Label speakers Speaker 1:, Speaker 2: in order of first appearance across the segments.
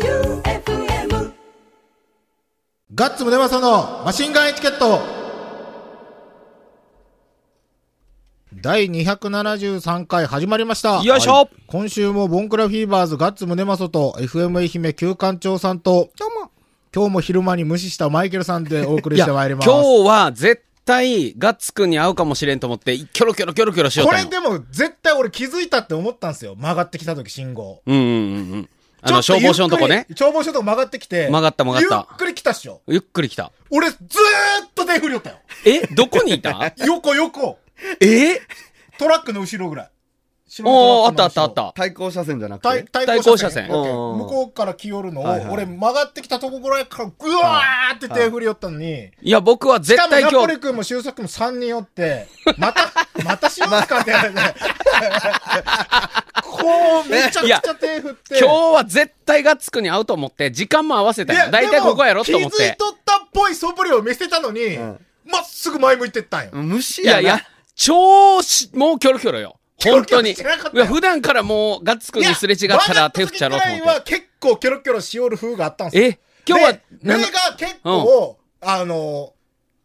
Speaker 1: J-O-E-U-F-M
Speaker 2: ガッツムネマソのマシンガンエチケット第273回始まりました。
Speaker 3: よいしょ
Speaker 2: はい今週もボンクラフィーバーズガッツムネマソと FM 愛媛旧館長さんと、どうも。今日も昼間に無視したマイケルさんでお送りしてまいります。
Speaker 3: 今日は絶対ガッツくんに会うかもしれんと思って、キョロキョロキョロキョロしよう
Speaker 2: ことれ
Speaker 3: 思う。
Speaker 2: でも絶対俺気づいたって思ったんですよ。曲がってきた時信号。
Speaker 3: うんうんうんうん。あの、
Speaker 2: ちょっ
Speaker 3: 消
Speaker 2: とゆっくり
Speaker 3: 防署のとこね。
Speaker 2: 消防署のとこ曲がってきて。
Speaker 3: 曲がった曲がった
Speaker 2: ゆっくり来たっしょ。
Speaker 3: ゆっくり来た。
Speaker 2: 俺ずーっと手振りよったよ。
Speaker 3: えどこに いた
Speaker 2: 横横。
Speaker 3: え
Speaker 2: トラックの後ろぐらい。
Speaker 3: おー、あったあったあっ。た。
Speaker 4: 対向車線じゃなく
Speaker 2: 対
Speaker 4: て。
Speaker 2: 対
Speaker 3: 対
Speaker 2: 向
Speaker 3: 向
Speaker 2: 車
Speaker 3: 車
Speaker 2: 線
Speaker 3: 線
Speaker 2: やけん
Speaker 4: うん
Speaker 2: 向こうから来よるのを、
Speaker 4: はいはい
Speaker 2: 俺曲がってきたとこぐらいからぐわーって手振り寄ったのに、
Speaker 3: いや、僕は
Speaker 2: し
Speaker 3: 絶
Speaker 2: かも
Speaker 3: 対
Speaker 2: ナ
Speaker 3: 今
Speaker 2: ポリ
Speaker 3: 日、
Speaker 2: 君も修作君も3人お って、また、またしますかって、こう、めちゃくちゃ手振って。
Speaker 3: 今日は絶対ガッツくんに会うと思って、時間も合わせた
Speaker 2: い
Speaker 3: よ。だいたいここやろと思
Speaker 2: でも
Speaker 3: っ
Speaker 2: 気づい
Speaker 3: て。
Speaker 2: とったっぽい素振りを見せたのに、
Speaker 4: ん
Speaker 2: まっすぐ前向いてったんよ。
Speaker 4: 無視
Speaker 3: い
Speaker 4: や
Speaker 3: や
Speaker 4: な。
Speaker 3: いや、超し、もうキョロキョロよ。本当に。い
Speaker 2: キョロキョロしてなかったよ
Speaker 3: や、普段からもうガッツくんにすれ違ったら手振っちゃろうと
Speaker 2: いや曲がった時
Speaker 3: 思って。
Speaker 2: ぐらいは結構キョロキョロしおる風があったんですよ
Speaker 3: え今日は
Speaker 2: で、目が結構、あの、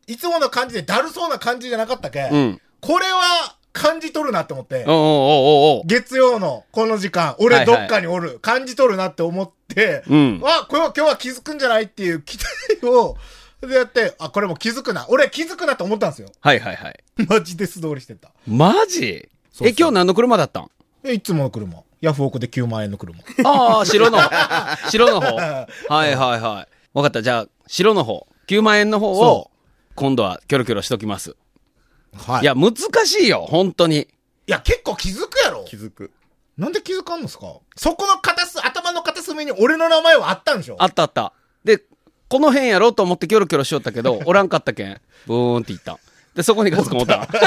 Speaker 2: いつもの感じでだるそうな感じじゃなかったけ、
Speaker 3: うん。
Speaker 2: これは感じ取るなって思って
Speaker 3: おう、おうおうおう
Speaker 2: 月曜のこの時間、
Speaker 3: は
Speaker 2: 俺
Speaker 3: いは
Speaker 2: ど
Speaker 3: い
Speaker 2: っかにおる、感じ取るなって思って、
Speaker 3: うん
Speaker 2: あ、これは今日は気づくんじゃないっていう期待を、でやって、あ、これも気づくな。俺気づくなって思ったんですよ。
Speaker 3: はいはいはい。
Speaker 2: マジで素通りしてた。
Speaker 3: マジ
Speaker 2: そう
Speaker 3: え、今日何の車だったん
Speaker 2: えいつもの車。ヤフオクで9万円の車。
Speaker 3: ああ、白の 方。白の方。はいはいはい。わかった。じゃあ、白の方。9万円の方を
Speaker 2: そ、
Speaker 3: 今度はキョロキョロしときます。
Speaker 2: はい
Speaker 3: や、難しいよ。本当に。
Speaker 2: いや、結構気づくやろ。
Speaker 4: 気づく。
Speaker 2: なんで気づかんのすかそこの片す、頭の片隅に俺の名前はあったんでしょ
Speaker 3: あったあった。で、この辺やろうと思ってキョロキョロしよったけ ど、おらんかったけん、ブーンっていった。で、そこにガツくんおった。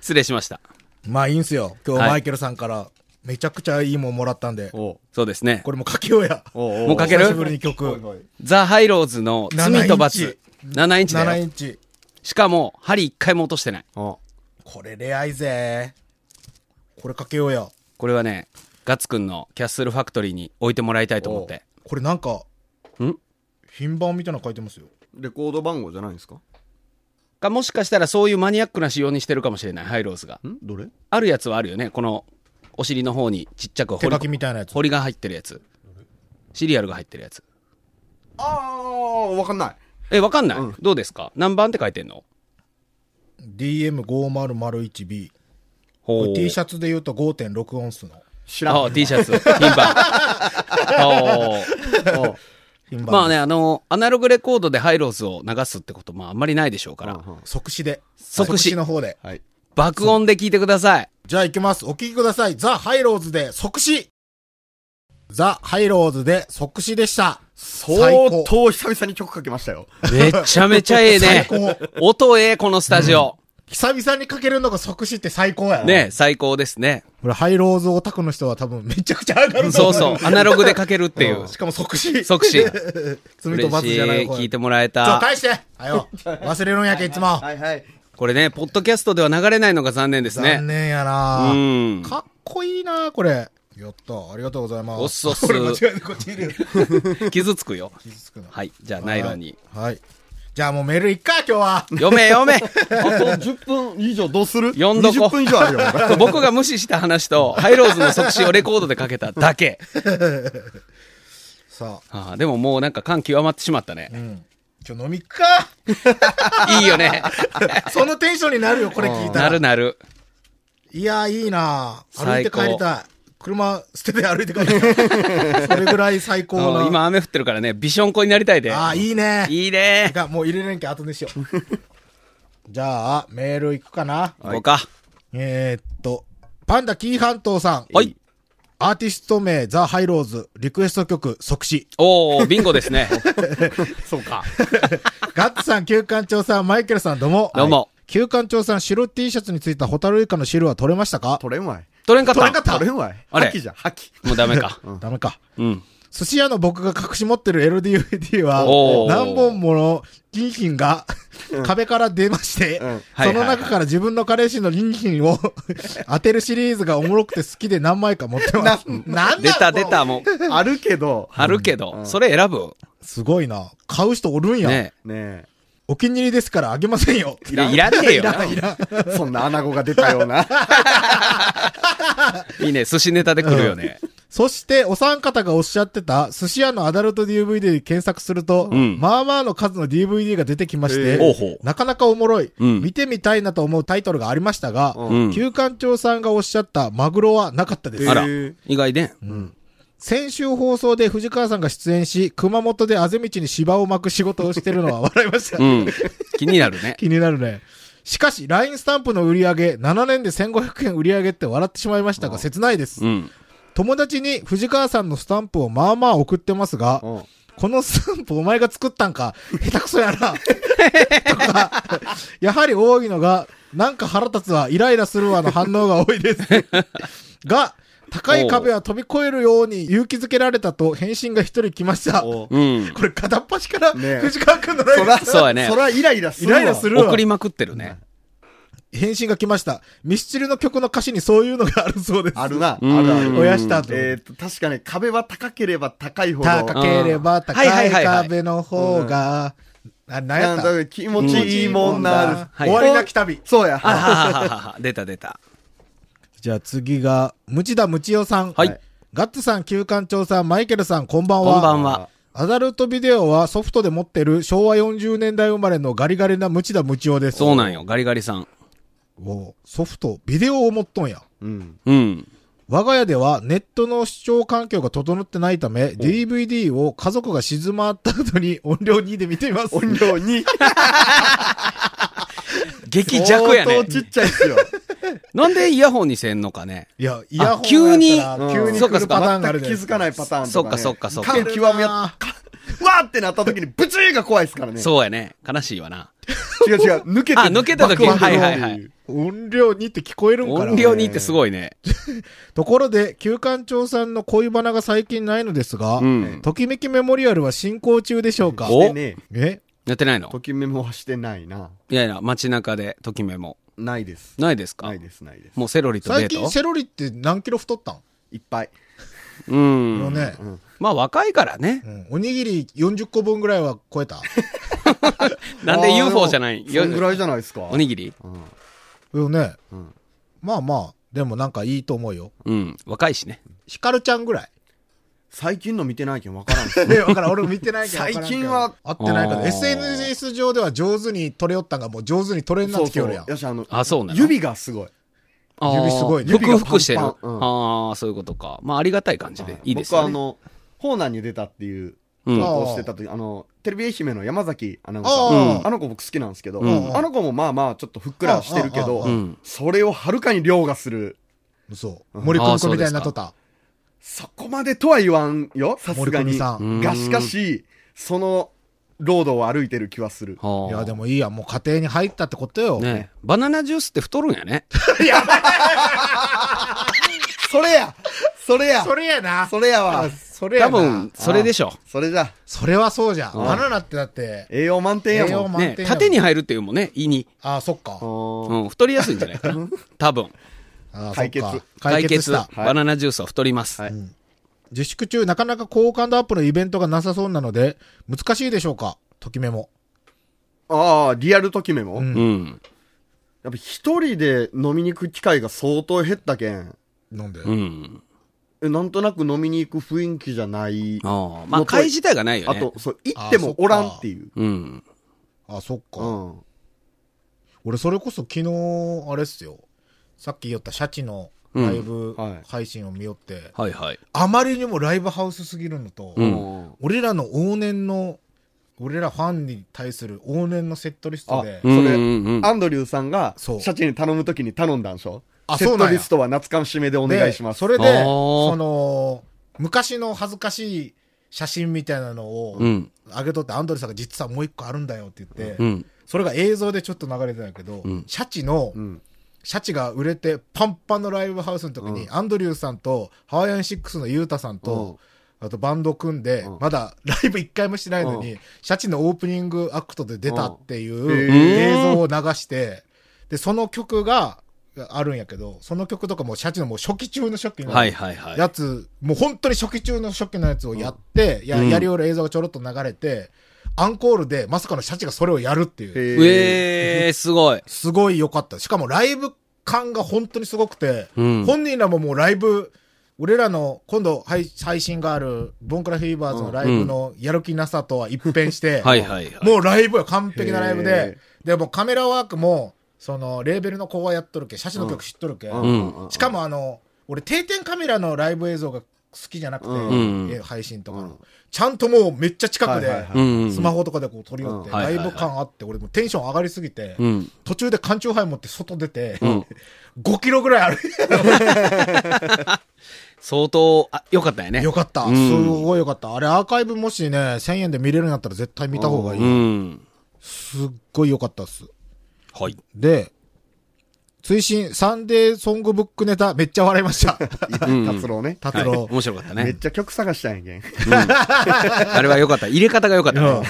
Speaker 3: 失礼しました。
Speaker 2: まあいいんすよ。今日
Speaker 3: はい
Speaker 2: マイケルさんからめちゃくちゃいいもんもらったんで、
Speaker 4: おう
Speaker 3: そうですね
Speaker 2: こ。れもかけようや。
Speaker 4: おうお
Speaker 3: もうかける
Speaker 2: 久しぶりに曲。
Speaker 4: おいおい
Speaker 3: ザ・ハイローズの罪と罰。7インチだ
Speaker 2: 7イ
Speaker 3: よ。
Speaker 2: ンチ。
Speaker 3: しかも、針1回も落としてない。
Speaker 4: お
Speaker 2: これレアいぜ。これかけようや。
Speaker 3: これはね、ガッツくんのキャッスルファクトリーに置いてもらいたいと思って。
Speaker 2: これなんか、
Speaker 3: ん
Speaker 2: 品番みたいなの書いてますよ。
Speaker 4: レコード番号じゃないんですか
Speaker 3: かもしかしたらそういうマニアックな仕様にしてるかもしれない、ハイローズが。
Speaker 4: んどれ
Speaker 3: あるやつはあるよね、このお尻の方にちっちゃく
Speaker 2: 手
Speaker 3: 彫
Speaker 2: 書きみ
Speaker 3: り
Speaker 2: たいなやつ。
Speaker 3: 彫りが入ってるやつ。シリアルが入ってるやつ。
Speaker 4: ああ、わかんない。
Speaker 3: え、わかんない、
Speaker 4: うん
Speaker 3: どうですか何番って書いてんの
Speaker 2: DM5001B。
Speaker 3: ほ
Speaker 2: こ
Speaker 3: う
Speaker 2: れ T シャツで言うと5.6オンスの
Speaker 4: 知らん。
Speaker 3: ああ T シャツ、品番。 おー
Speaker 4: おう
Speaker 2: 品番。
Speaker 3: まあね、。あの、アナログレコードでハイローズを流すってこと、まああんまりないでしょうから、
Speaker 4: うんうん
Speaker 2: 即死で。
Speaker 3: 即死
Speaker 2: の方で。
Speaker 4: はい。
Speaker 3: 爆音で聞いてください。
Speaker 2: じゃあ行きます。お聴きください。ザ・ハイローズで即死。ザ・ハイローズで即死でした。
Speaker 4: 相
Speaker 2: 最高
Speaker 4: 当久々に曲かけましたよ。
Speaker 3: めちゃめちゃええね。
Speaker 2: 最高。
Speaker 3: 音ええ、このスタジオ。
Speaker 2: 久々にかけるのが即死って最高やな。
Speaker 3: ね最高ですね。
Speaker 2: これハイローズオタクの人は多分めちゃくちゃ上がると
Speaker 3: そ
Speaker 2: 思
Speaker 3: う そう。アナログでかけるっていう。
Speaker 2: しかも即死。
Speaker 3: 即死。
Speaker 2: 罪と罰じゃない
Speaker 3: 嬉しい聞いて
Speaker 2: も
Speaker 3: もらえ
Speaker 2: ちょ、
Speaker 3: た。
Speaker 2: 返してはよ。忘れるんやけ、いつも。
Speaker 4: はいはい。
Speaker 3: これね、ポッドキャストでは流れないのが残念です
Speaker 2: 残
Speaker 3: ね。
Speaker 2: 念や
Speaker 3: う。
Speaker 2: なんかっこいいなこれ。やった。ありがとうございます。
Speaker 3: おっそっす
Speaker 2: これ間違えてこっち入れる。
Speaker 3: 傷つくよ。
Speaker 2: 傷つくな
Speaker 3: はい。じゃあ、ナイロンに。。
Speaker 2: はいはい。じゃあもうメールいっか、今日は。
Speaker 3: 読め読め
Speaker 4: あと10分以上どうする
Speaker 3: 読んどこ
Speaker 4: 20分以上あるよ。
Speaker 3: そう僕が無視した話と、ハイローズの即死をレコードでかけただけ。
Speaker 2: さあ、
Speaker 3: ああでももうなんか感極まってしまっ たね。
Speaker 2: 今日飲みっ か。
Speaker 3: いい よね。
Speaker 2: そのテンションになるよ、これ聞いた
Speaker 3: な
Speaker 2: ら。
Speaker 3: るなる。
Speaker 2: いやー、いいな歩いて
Speaker 3: 最高
Speaker 2: 帰りたい。車捨てて歩いて帰りた い。それぐらい最高
Speaker 3: あ
Speaker 2: な。
Speaker 3: の今雨降ってるからね、ビションコになりたいで。
Speaker 2: ああ、いいね。
Speaker 3: いいね。
Speaker 2: がもう入れれんけん後にしよう じゃあメールいくかな
Speaker 3: 行こうか。
Speaker 2: えー、っとパンダ紀伊半島さん
Speaker 3: はい。
Speaker 2: アーティスト名ザ・ハイローズリクエスト曲即 死
Speaker 3: おー、ビンゴです ね。
Speaker 4: そうか。
Speaker 2: ガッツさん旧館長さんマイケルさんどうも
Speaker 3: どうも
Speaker 2: はい旧館長さん白 T シャツについたホタルイカの汁は取れましたか
Speaker 4: 取れんわい。
Speaker 3: 取れんかった。
Speaker 2: 取れんかった
Speaker 4: 取れんわい。
Speaker 3: あれ
Speaker 4: 覇気じゃん、覇気。
Speaker 3: もうダメか。
Speaker 2: ダメか
Speaker 3: うん。
Speaker 2: 寿司屋の僕が隠し持ってる LDVD は
Speaker 3: おー、
Speaker 2: 何本もの銀品が壁から出まして、
Speaker 4: うん
Speaker 3: はい
Speaker 2: そ
Speaker 3: はいは
Speaker 2: の
Speaker 3: い
Speaker 2: 中から自分の彼氏の銀品 を当てるシリーズがおもろくて好きで何枚か持ってます。なん
Speaker 3: 出
Speaker 2: だ
Speaker 3: た出た、もう。
Speaker 4: あるけど、
Speaker 3: あるけど、それ選ぶ。
Speaker 2: すごいな。買う人おるんや。
Speaker 3: ね
Speaker 4: ね
Speaker 2: お気に入りですからあげません よ。
Speaker 3: いらいらねえよ。
Speaker 4: え。そんな穴子が出たような。
Speaker 3: いいね、寿司ネタで来るよね。
Speaker 2: そして、お三方がおっしゃってた、寿司屋のアダルト DVD で検索すると、
Speaker 3: うん
Speaker 2: まあまあの数の DVD が出てきまして、
Speaker 4: えー
Speaker 3: おうほう
Speaker 2: なかなかおもろい、
Speaker 3: うん
Speaker 2: 見てみたいなと思うタイトルがありましたが、
Speaker 3: うん
Speaker 2: 旧館長さんがおっしゃったマグロはなかったです。
Speaker 4: えー
Speaker 3: あら、意外で。
Speaker 2: 先週放送で藤川さんが出演し、熊本であぜ道に芝を巻く仕事をしてるのは笑いま した。
Speaker 3: うん。気になる ね。
Speaker 2: 気になるね。しかし、LINE スタンプの売り上げ、7年で1500円売り上げって笑ってしまいましたが、切ないです。
Speaker 3: うん。
Speaker 2: 友達に藤川さんのスタンプをまあまあ送ってますが、
Speaker 4: うん
Speaker 2: このスタンプお前が作ったんか、下手くそやな。とか、やはり多いのが、なんか腹立つわ、イライラするわの反応が多いです。が、高い壁は飛び越えるように勇気づけられたと返信が一人来ました。こ
Speaker 4: お
Speaker 3: うん。
Speaker 2: れ片っ端から
Speaker 4: ねえ
Speaker 2: 藤川くんのライ
Speaker 4: そ
Speaker 2: ブ
Speaker 4: ら、
Speaker 3: そうやね
Speaker 4: そらイライラす
Speaker 2: イ
Speaker 4: るわ。
Speaker 2: ライラするわ
Speaker 3: 送。りまくってるね。
Speaker 2: 返信が来ました。ミスチルの曲の歌詞にそういうのがあるそうです。
Speaker 4: あるな。あ
Speaker 3: うん
Speaker 4: るある。
Speaker 2: 燃やしたと。
Speaker 4: えーっと、確かね、壁は高ければ高いほど。
Speaker 2: 高ければ高
Speaker 3: はいはいいはいはい
Speaker 2: 壁の方が、あ、なんや
Speaker 4: な
Speaker 2: っ
Speaker 4: ん
Speaker 2: た
Speaker 4: だ気持ちいいもんな。
Speaker 3: はい
Speaker 2: 終わりなき旅。
Speaker 4: そうや。
Speaker 3: あははははは。出た出た。
Speaker 2: じゃあ次が、ムチダムチヨさん。
Speaker 3: はい。
Speaker 2: ガッツさん、旧館長さん、マイケルさん、こんばんは。
Speaker 3: こんばんは。
Speaker 2: アダルトビデオはソフトで持ってる昭和40年代生まれのガリガリなムチダムチヨです。
Speaker 3: そうなんんよ。ガリガリさん。
Speaker 2: ソフト、ビデオを持っとんや。
Speaker 4: うん。
Speaker 3: うん。
Speaker 2: 我が家ではネットの視聴環境が整ってないため、DVD を家族が静まった後に音量2で見ています。
Speaker 4: 音量に。
Speaker 3: 激弱やね
Speaker 4: 相当。ちっちゃいっすよ。
Speaker 3: なんでイヤホンにせんのかね。
Speaker 2: いや、イヤホン
Speaker 3: 急に
Speaker 2: やったら
Speaker 4: うん
Speaker 2: 急に来るパターンがある
Speaker 4: 全
Speaker 2: じ
Speaker 4: く
Speaker 2: ゃ
Speaker 4: 気
Speaker 2: ないです
Speaker 4: づかないパターンとか、ね。
Speaker 3: そうかそうかそうか
Speaker 4: 感極めや、わーってなった時にブチーが怖いですからね。
Speaker 3: そうやね。悲しいわな。
Speaker 4: 違う違う。抜けて
Speaker 3: あ抜けた時
Speaker 4: 爆音が
Speaker 3: はいはいはい
Speaker 2: 音量2って聞こえるんかな
Speaker 3: 音量にってすごいね。
Speaker 2: ところで、旧館長さんの恋バナが最近ないのですが、
Speaker 3: うん。
Speaker 2: ときめきメモリアルは進行中でしょうか
Speaker 3: お
Speaker 4: してね、
Speaker 2: え
Speaker 3: やってないの
Speaker 4: ときメモはしてないな。
Speaker 3: いやいや、街中で、ときめも。
Speaker 4: ないです。
Speaker 3: ないですか
Speaker 4: ないです、ないです。
Speaker 3: もうセロリとデ
Speaker 2: 最
Speaker 3: ー
Speaker 2: 近
Speaker 3: ト
Speaker 2: セロリって何キロ太ったん、
Speaker 4: いっぱい。
Speaker 3: う
Speaker 2: の
Speaker 3: ん。
Speaker 2: ね、
Speaker 3: まあ若いからね
Speaker 2: う。んおにぎり40個分ぐらいは超えた。
Speaker 3: なんで UFO じゃない
Speaker 4: あーでもそんぐらいじゃないですか。
Speaker 3: おにぎり
Speaker 4: うん
Speaker 2: よね、
Speaker 4: うん
Speaker 2: まあまあ、でもなんかいいと思うよ。
Speaker 3: うん。若いしね。
Speaker 2: ヒカルちゃんぐらい。
Speaker 4: 最近の見てないけんわからんっ す。
Speaker 2: ね、わからん。俺も見てないけどわからんけど。
Speaker 4: 最近は
Speaker 2: 合ってないか
Speaker 3: あ
Speaker 2: ら。
Speaker 3: ー
Speaker 2: SNS 上では上手に撮れよったんが、もう上手に撮れんなっ
Speaker 4: そう
Speaker 2: てき
Speaker 4: そ
Speaker 2: よ
Speaker 4: う。
Speaker 2: るやん。
Speaker 4: やし、あの、
Speaker 3: あそうなの
Speaker 4: 指がすごい。
Speaker 3: あー
Speaker 2: 指すごいね
Speaker 3: ふ
Speaker 4: 指が
Speaker 3: く
Speaker 4: パン
Speaker 3: ふ
Speaker 4: パン
Speaker 3: くしてる。あ
Speaker 4: うん
Speaker 3: あ、そういうことか。まあありがたい感じで。いいです
Speaker 4: 僕はあ
Speaker 3: よね。
Speaker 4: の、ホーナーに出たっていう
Speaker 3: うん。
Speaker 2: あ
Speaker 3: あ
Speaker 2: ー
Speaker 4: をしてた時、あの、テレビ愛媛の山崎アナウンサ
Speaker 2: あ
Speaker 4: ー。
Speaker 2: ー
Speaker 4: うんあの子僕好きなんですけど、
Speaker 2: ん
Speaker 4: あの子もまあまあちょっとふっくらしてるけ
Speaker 2: あ
Speaker 4: ど
Speaker 2: ーあーあーあー
Speaker 3: うん、
Speaker 4: それをはるかに凌駕する。
Speaker 2: そう。森くん子みたいになっとった。
Speaker 4: そこまでとは言わんよ、さす
Speaker 2: 森
Speaker 4: が
Speaker 2: くん
Speaker 4: に。
Speaker 2: さん。
Speaker 3: ん
Speaker 4: がしかし、その、ロードを歩いてる気はする。
Speaker 2: いや、で
Speaker 3: も。
Speaker 2: もいいやん。もう家庭に入ったってことよ。
Speaker 3: ねえバナナジュースって太るんやね。
Speaker 4: それやそれや
Speaker 2: それやな。
Speaker 4: それやわ
Speaker 2: それや
Speaker 3: 多
Speaker 2: な。
Speaker 3: 分、それでしょ。
Speaker 4: それじゃ、
Speaker 2: それはそうじゃん。バナナってだって、
Speaker 4: 栄養満点
Speaker 2: 栄
Speaker 4: や
Speaker 2: 養
Speaker 4: もん。
Speaker 2: 満
Speaker 3: ね
Speaker 2: 点や
Speaker 3: え
Speaker 2: もん
Speaker 3: 縦に入るっていうもんね、胃に。
Speaker 2: ああ、そっか。
Speaker 4: うん
Speaker 3: うん。太りやすいんじゃないかな。多分。
Speaker 2: あー
Speaker 4: 解決
Speaker 2: そっか解決した。
Speaker 3: バナナジュースは太ります。
Speaker 4: はい
Speaker 2: 自粛中、なかなか好感度アップのイベントがなさそうなので、難しいでしょうかときめも。
Speaker 4: ああ、リアルときめも。
Speaker 2: うん
Speaker 3: うん。
Speaker 4: やっぱ一人で飲みに行く機会が相当減ったけん、
Speaker 2: 飲んで。
Speaker 3: うん。
Speaker 4: えなんとなく飲みに行く雰囲気じゃない。あ
Speaker 3: ああ。まあ、会自体がないよね。
Speaker 4: と、そう、行ってもおらんっていう。
Speaker 3: うん。
Speaker 2: あ、そっか。
Speaker 4: うん。
Speaker 2: 俺、それこそ昨日、あれっすよ。さっき言ったシャチのライブ
Speaker 4: うんはい
Speaker 2: 配信を見よって、
Speaker 3: はいはい。
Speaker 2: あまりにもライブハウスすぎるのと、
Speaker 3: うん
Speaker 2: 俺らの往年の、俺らファンに対する往年のセットリストで
Speaker 4: あ、
Speaker 3: うん
Speaker 4: それ
Speaker 3: うんうん
Speaker 4: アンドリューさんが、シ
Speaker 2: そう
Speaker 4: ャチに頼むときに頼んだんでしょ
Speaker 2: あ
Speaker 4: セ
Speaker 2: そう
Speaker 4: ッ
Speaker 2: なん
Speaker 4: ト
Speaker 2: や
Speaker 4: リストは懐かしめでお
Speaker 2: で
Speaker 4: 願いします。
Speaker 2: それで、
Speaker 3: あー
Speaker 2: その、昔の恥ずかしい写真みたいなのを、
Speaker 3: うん。
Speaker 2: あげとってアンドレさんが実はもう一個あるんだよって言って、
Speaker 3: うん。
Speaker 2: それが映像でちょっと流れてたけど、
Speaker 3: うん
Speaker 2: シャチの、
Speaker 4: うん。
Speaker 2: シャチが売れてパンパンのライブハウスの時に、アンドリューさんと、ハワイアンシックスのユータさんと、あとバンド組んで、
Speaker 4: うん
Speaker 2: まだライブ一回もしてないのに、シャチのオープニングアクトで出たっていう
Speaker 4: うん
Speaker 2: 映像を流して、で、その曲があるんやけど、その曲とかもシャチのもう初期中の初期の
Speaker 3: はいはいはい。
Speaker 2: やつ、もう本当に初期中の初期のやつをやって、や
Speaker 3: うん
Speaker 2: やりおる映像がちょろっと流れて、アンコールでまさかのシャチがそれをやるっていう。
Speaker 4: へー
Speaker 3: ええー、すごい。
Speaker 2: すごい良かった。しかもライブ感が本当にすごくて、
Speaker 3: うん
Speaker 2: 本人らももうライブ、俺らの今度配配信がある、ボンクラフィーバーズのライブのやる気なさとは一変 して、
Speaker 3: はいはいはい。
Speaker 2: もうライブよ、完璧なライブで
Speaker 4: へ。
Speaker 2: で、もうカメラワークも、その、レーベルの子はやっとるけ、写真の曲知っとるけ、
Speaker 3: うん
Speaker 2: しかもあの、俺定点カメラのライブ映像が好きじゃなくて、
Speaker 3: うん
Speaker 2: え配信とかの、
Speaker 4: うん
Speaker 2: ちゃんともうめっちゃ近く
Speaker 4: はいはい
Speaker 2: で
Speaker 4: は、
Speaker 3: うん。
Speaker 2: スマホとかでこう撮り寄って、
Speaker 3: うんはい
Speaker 2: ラ
Speaker 3: は
Speaker 2: イ
Speaker 3: いはい
Speaker 2: ブ感あって、俺もうテンション上がりすぎて、
Speaker 3: うん。
Speaker 2: 途中で缶チューハイ持って外出て、
Speaker 3: うん。
Speaker 2: 5キロぐらい歩い
Speaker 3: 相当、あ、よかったよ
Speaker 2: て、
Speaker 3: ね。
Speaker 2: よかった。
Speaker 3: う
Speaker 2: す
Speaker 3: ん
Speaker 2: ごいよかった。あれアーカイブもしね、1000円で見れるんやったら絶対見た方がいい。
Speaker 3: うん。
Speaker 2: すっごいよかったっす。
Speaker 3: はい。
Speaker 2: で、追伸サンデーソングブックネタめっちゃ笑いま した。
Speaker 3: うん
Speaker 4: 達郎ね。
Speaker 2: 達
Speaker 3: はい。
Speaker 2: 郎。
Speaker 3: 面白かった
Speaker 4: めっ
Speaker 3: ね。
Speaker 4: ちゃ曲探したんやけん。
Speaker 3: あれはよかった。入れ方がよかったね。
Speaker 2: うん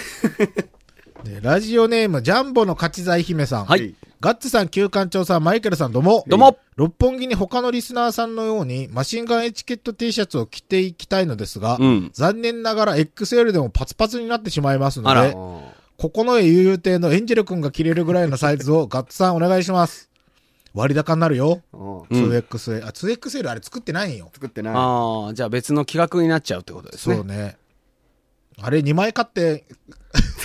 Speaker 2: でラジオネーム、ジャンボの勝ち財姫さん。
Speaker 3: はい。
Speaker 2: ガッツさん、旧館長さん、マイケルさん、どうも。
Speaker 3: どうも。
Speaker 2: 六本木に他のリスナーさんのように、マシンガンエチケット T シャツを着ていきたいのですが、
Speaker 3: うん
Speaker 2: 残念ながら XL でもパツパツになってしまいますの
Speaker 3: あら
Speaker 2: で、ここの絵悠々亭のエンジェル君が着れるぐらいのサイズをガッツさんお願いします。割高になるよ。
Speaker 4: うんうん
Speaker 3: うん
Speaker 2: 2XL。あ、2XL あれ作ってないんよ。
Speaker 4: 作ってない。
Speaker 3: ああ、じゃあ別の企画になっちゃうってことです
Speaker 2: そう
Speaker 3: ね。
Speaker 2: ね。あれ2枚買って、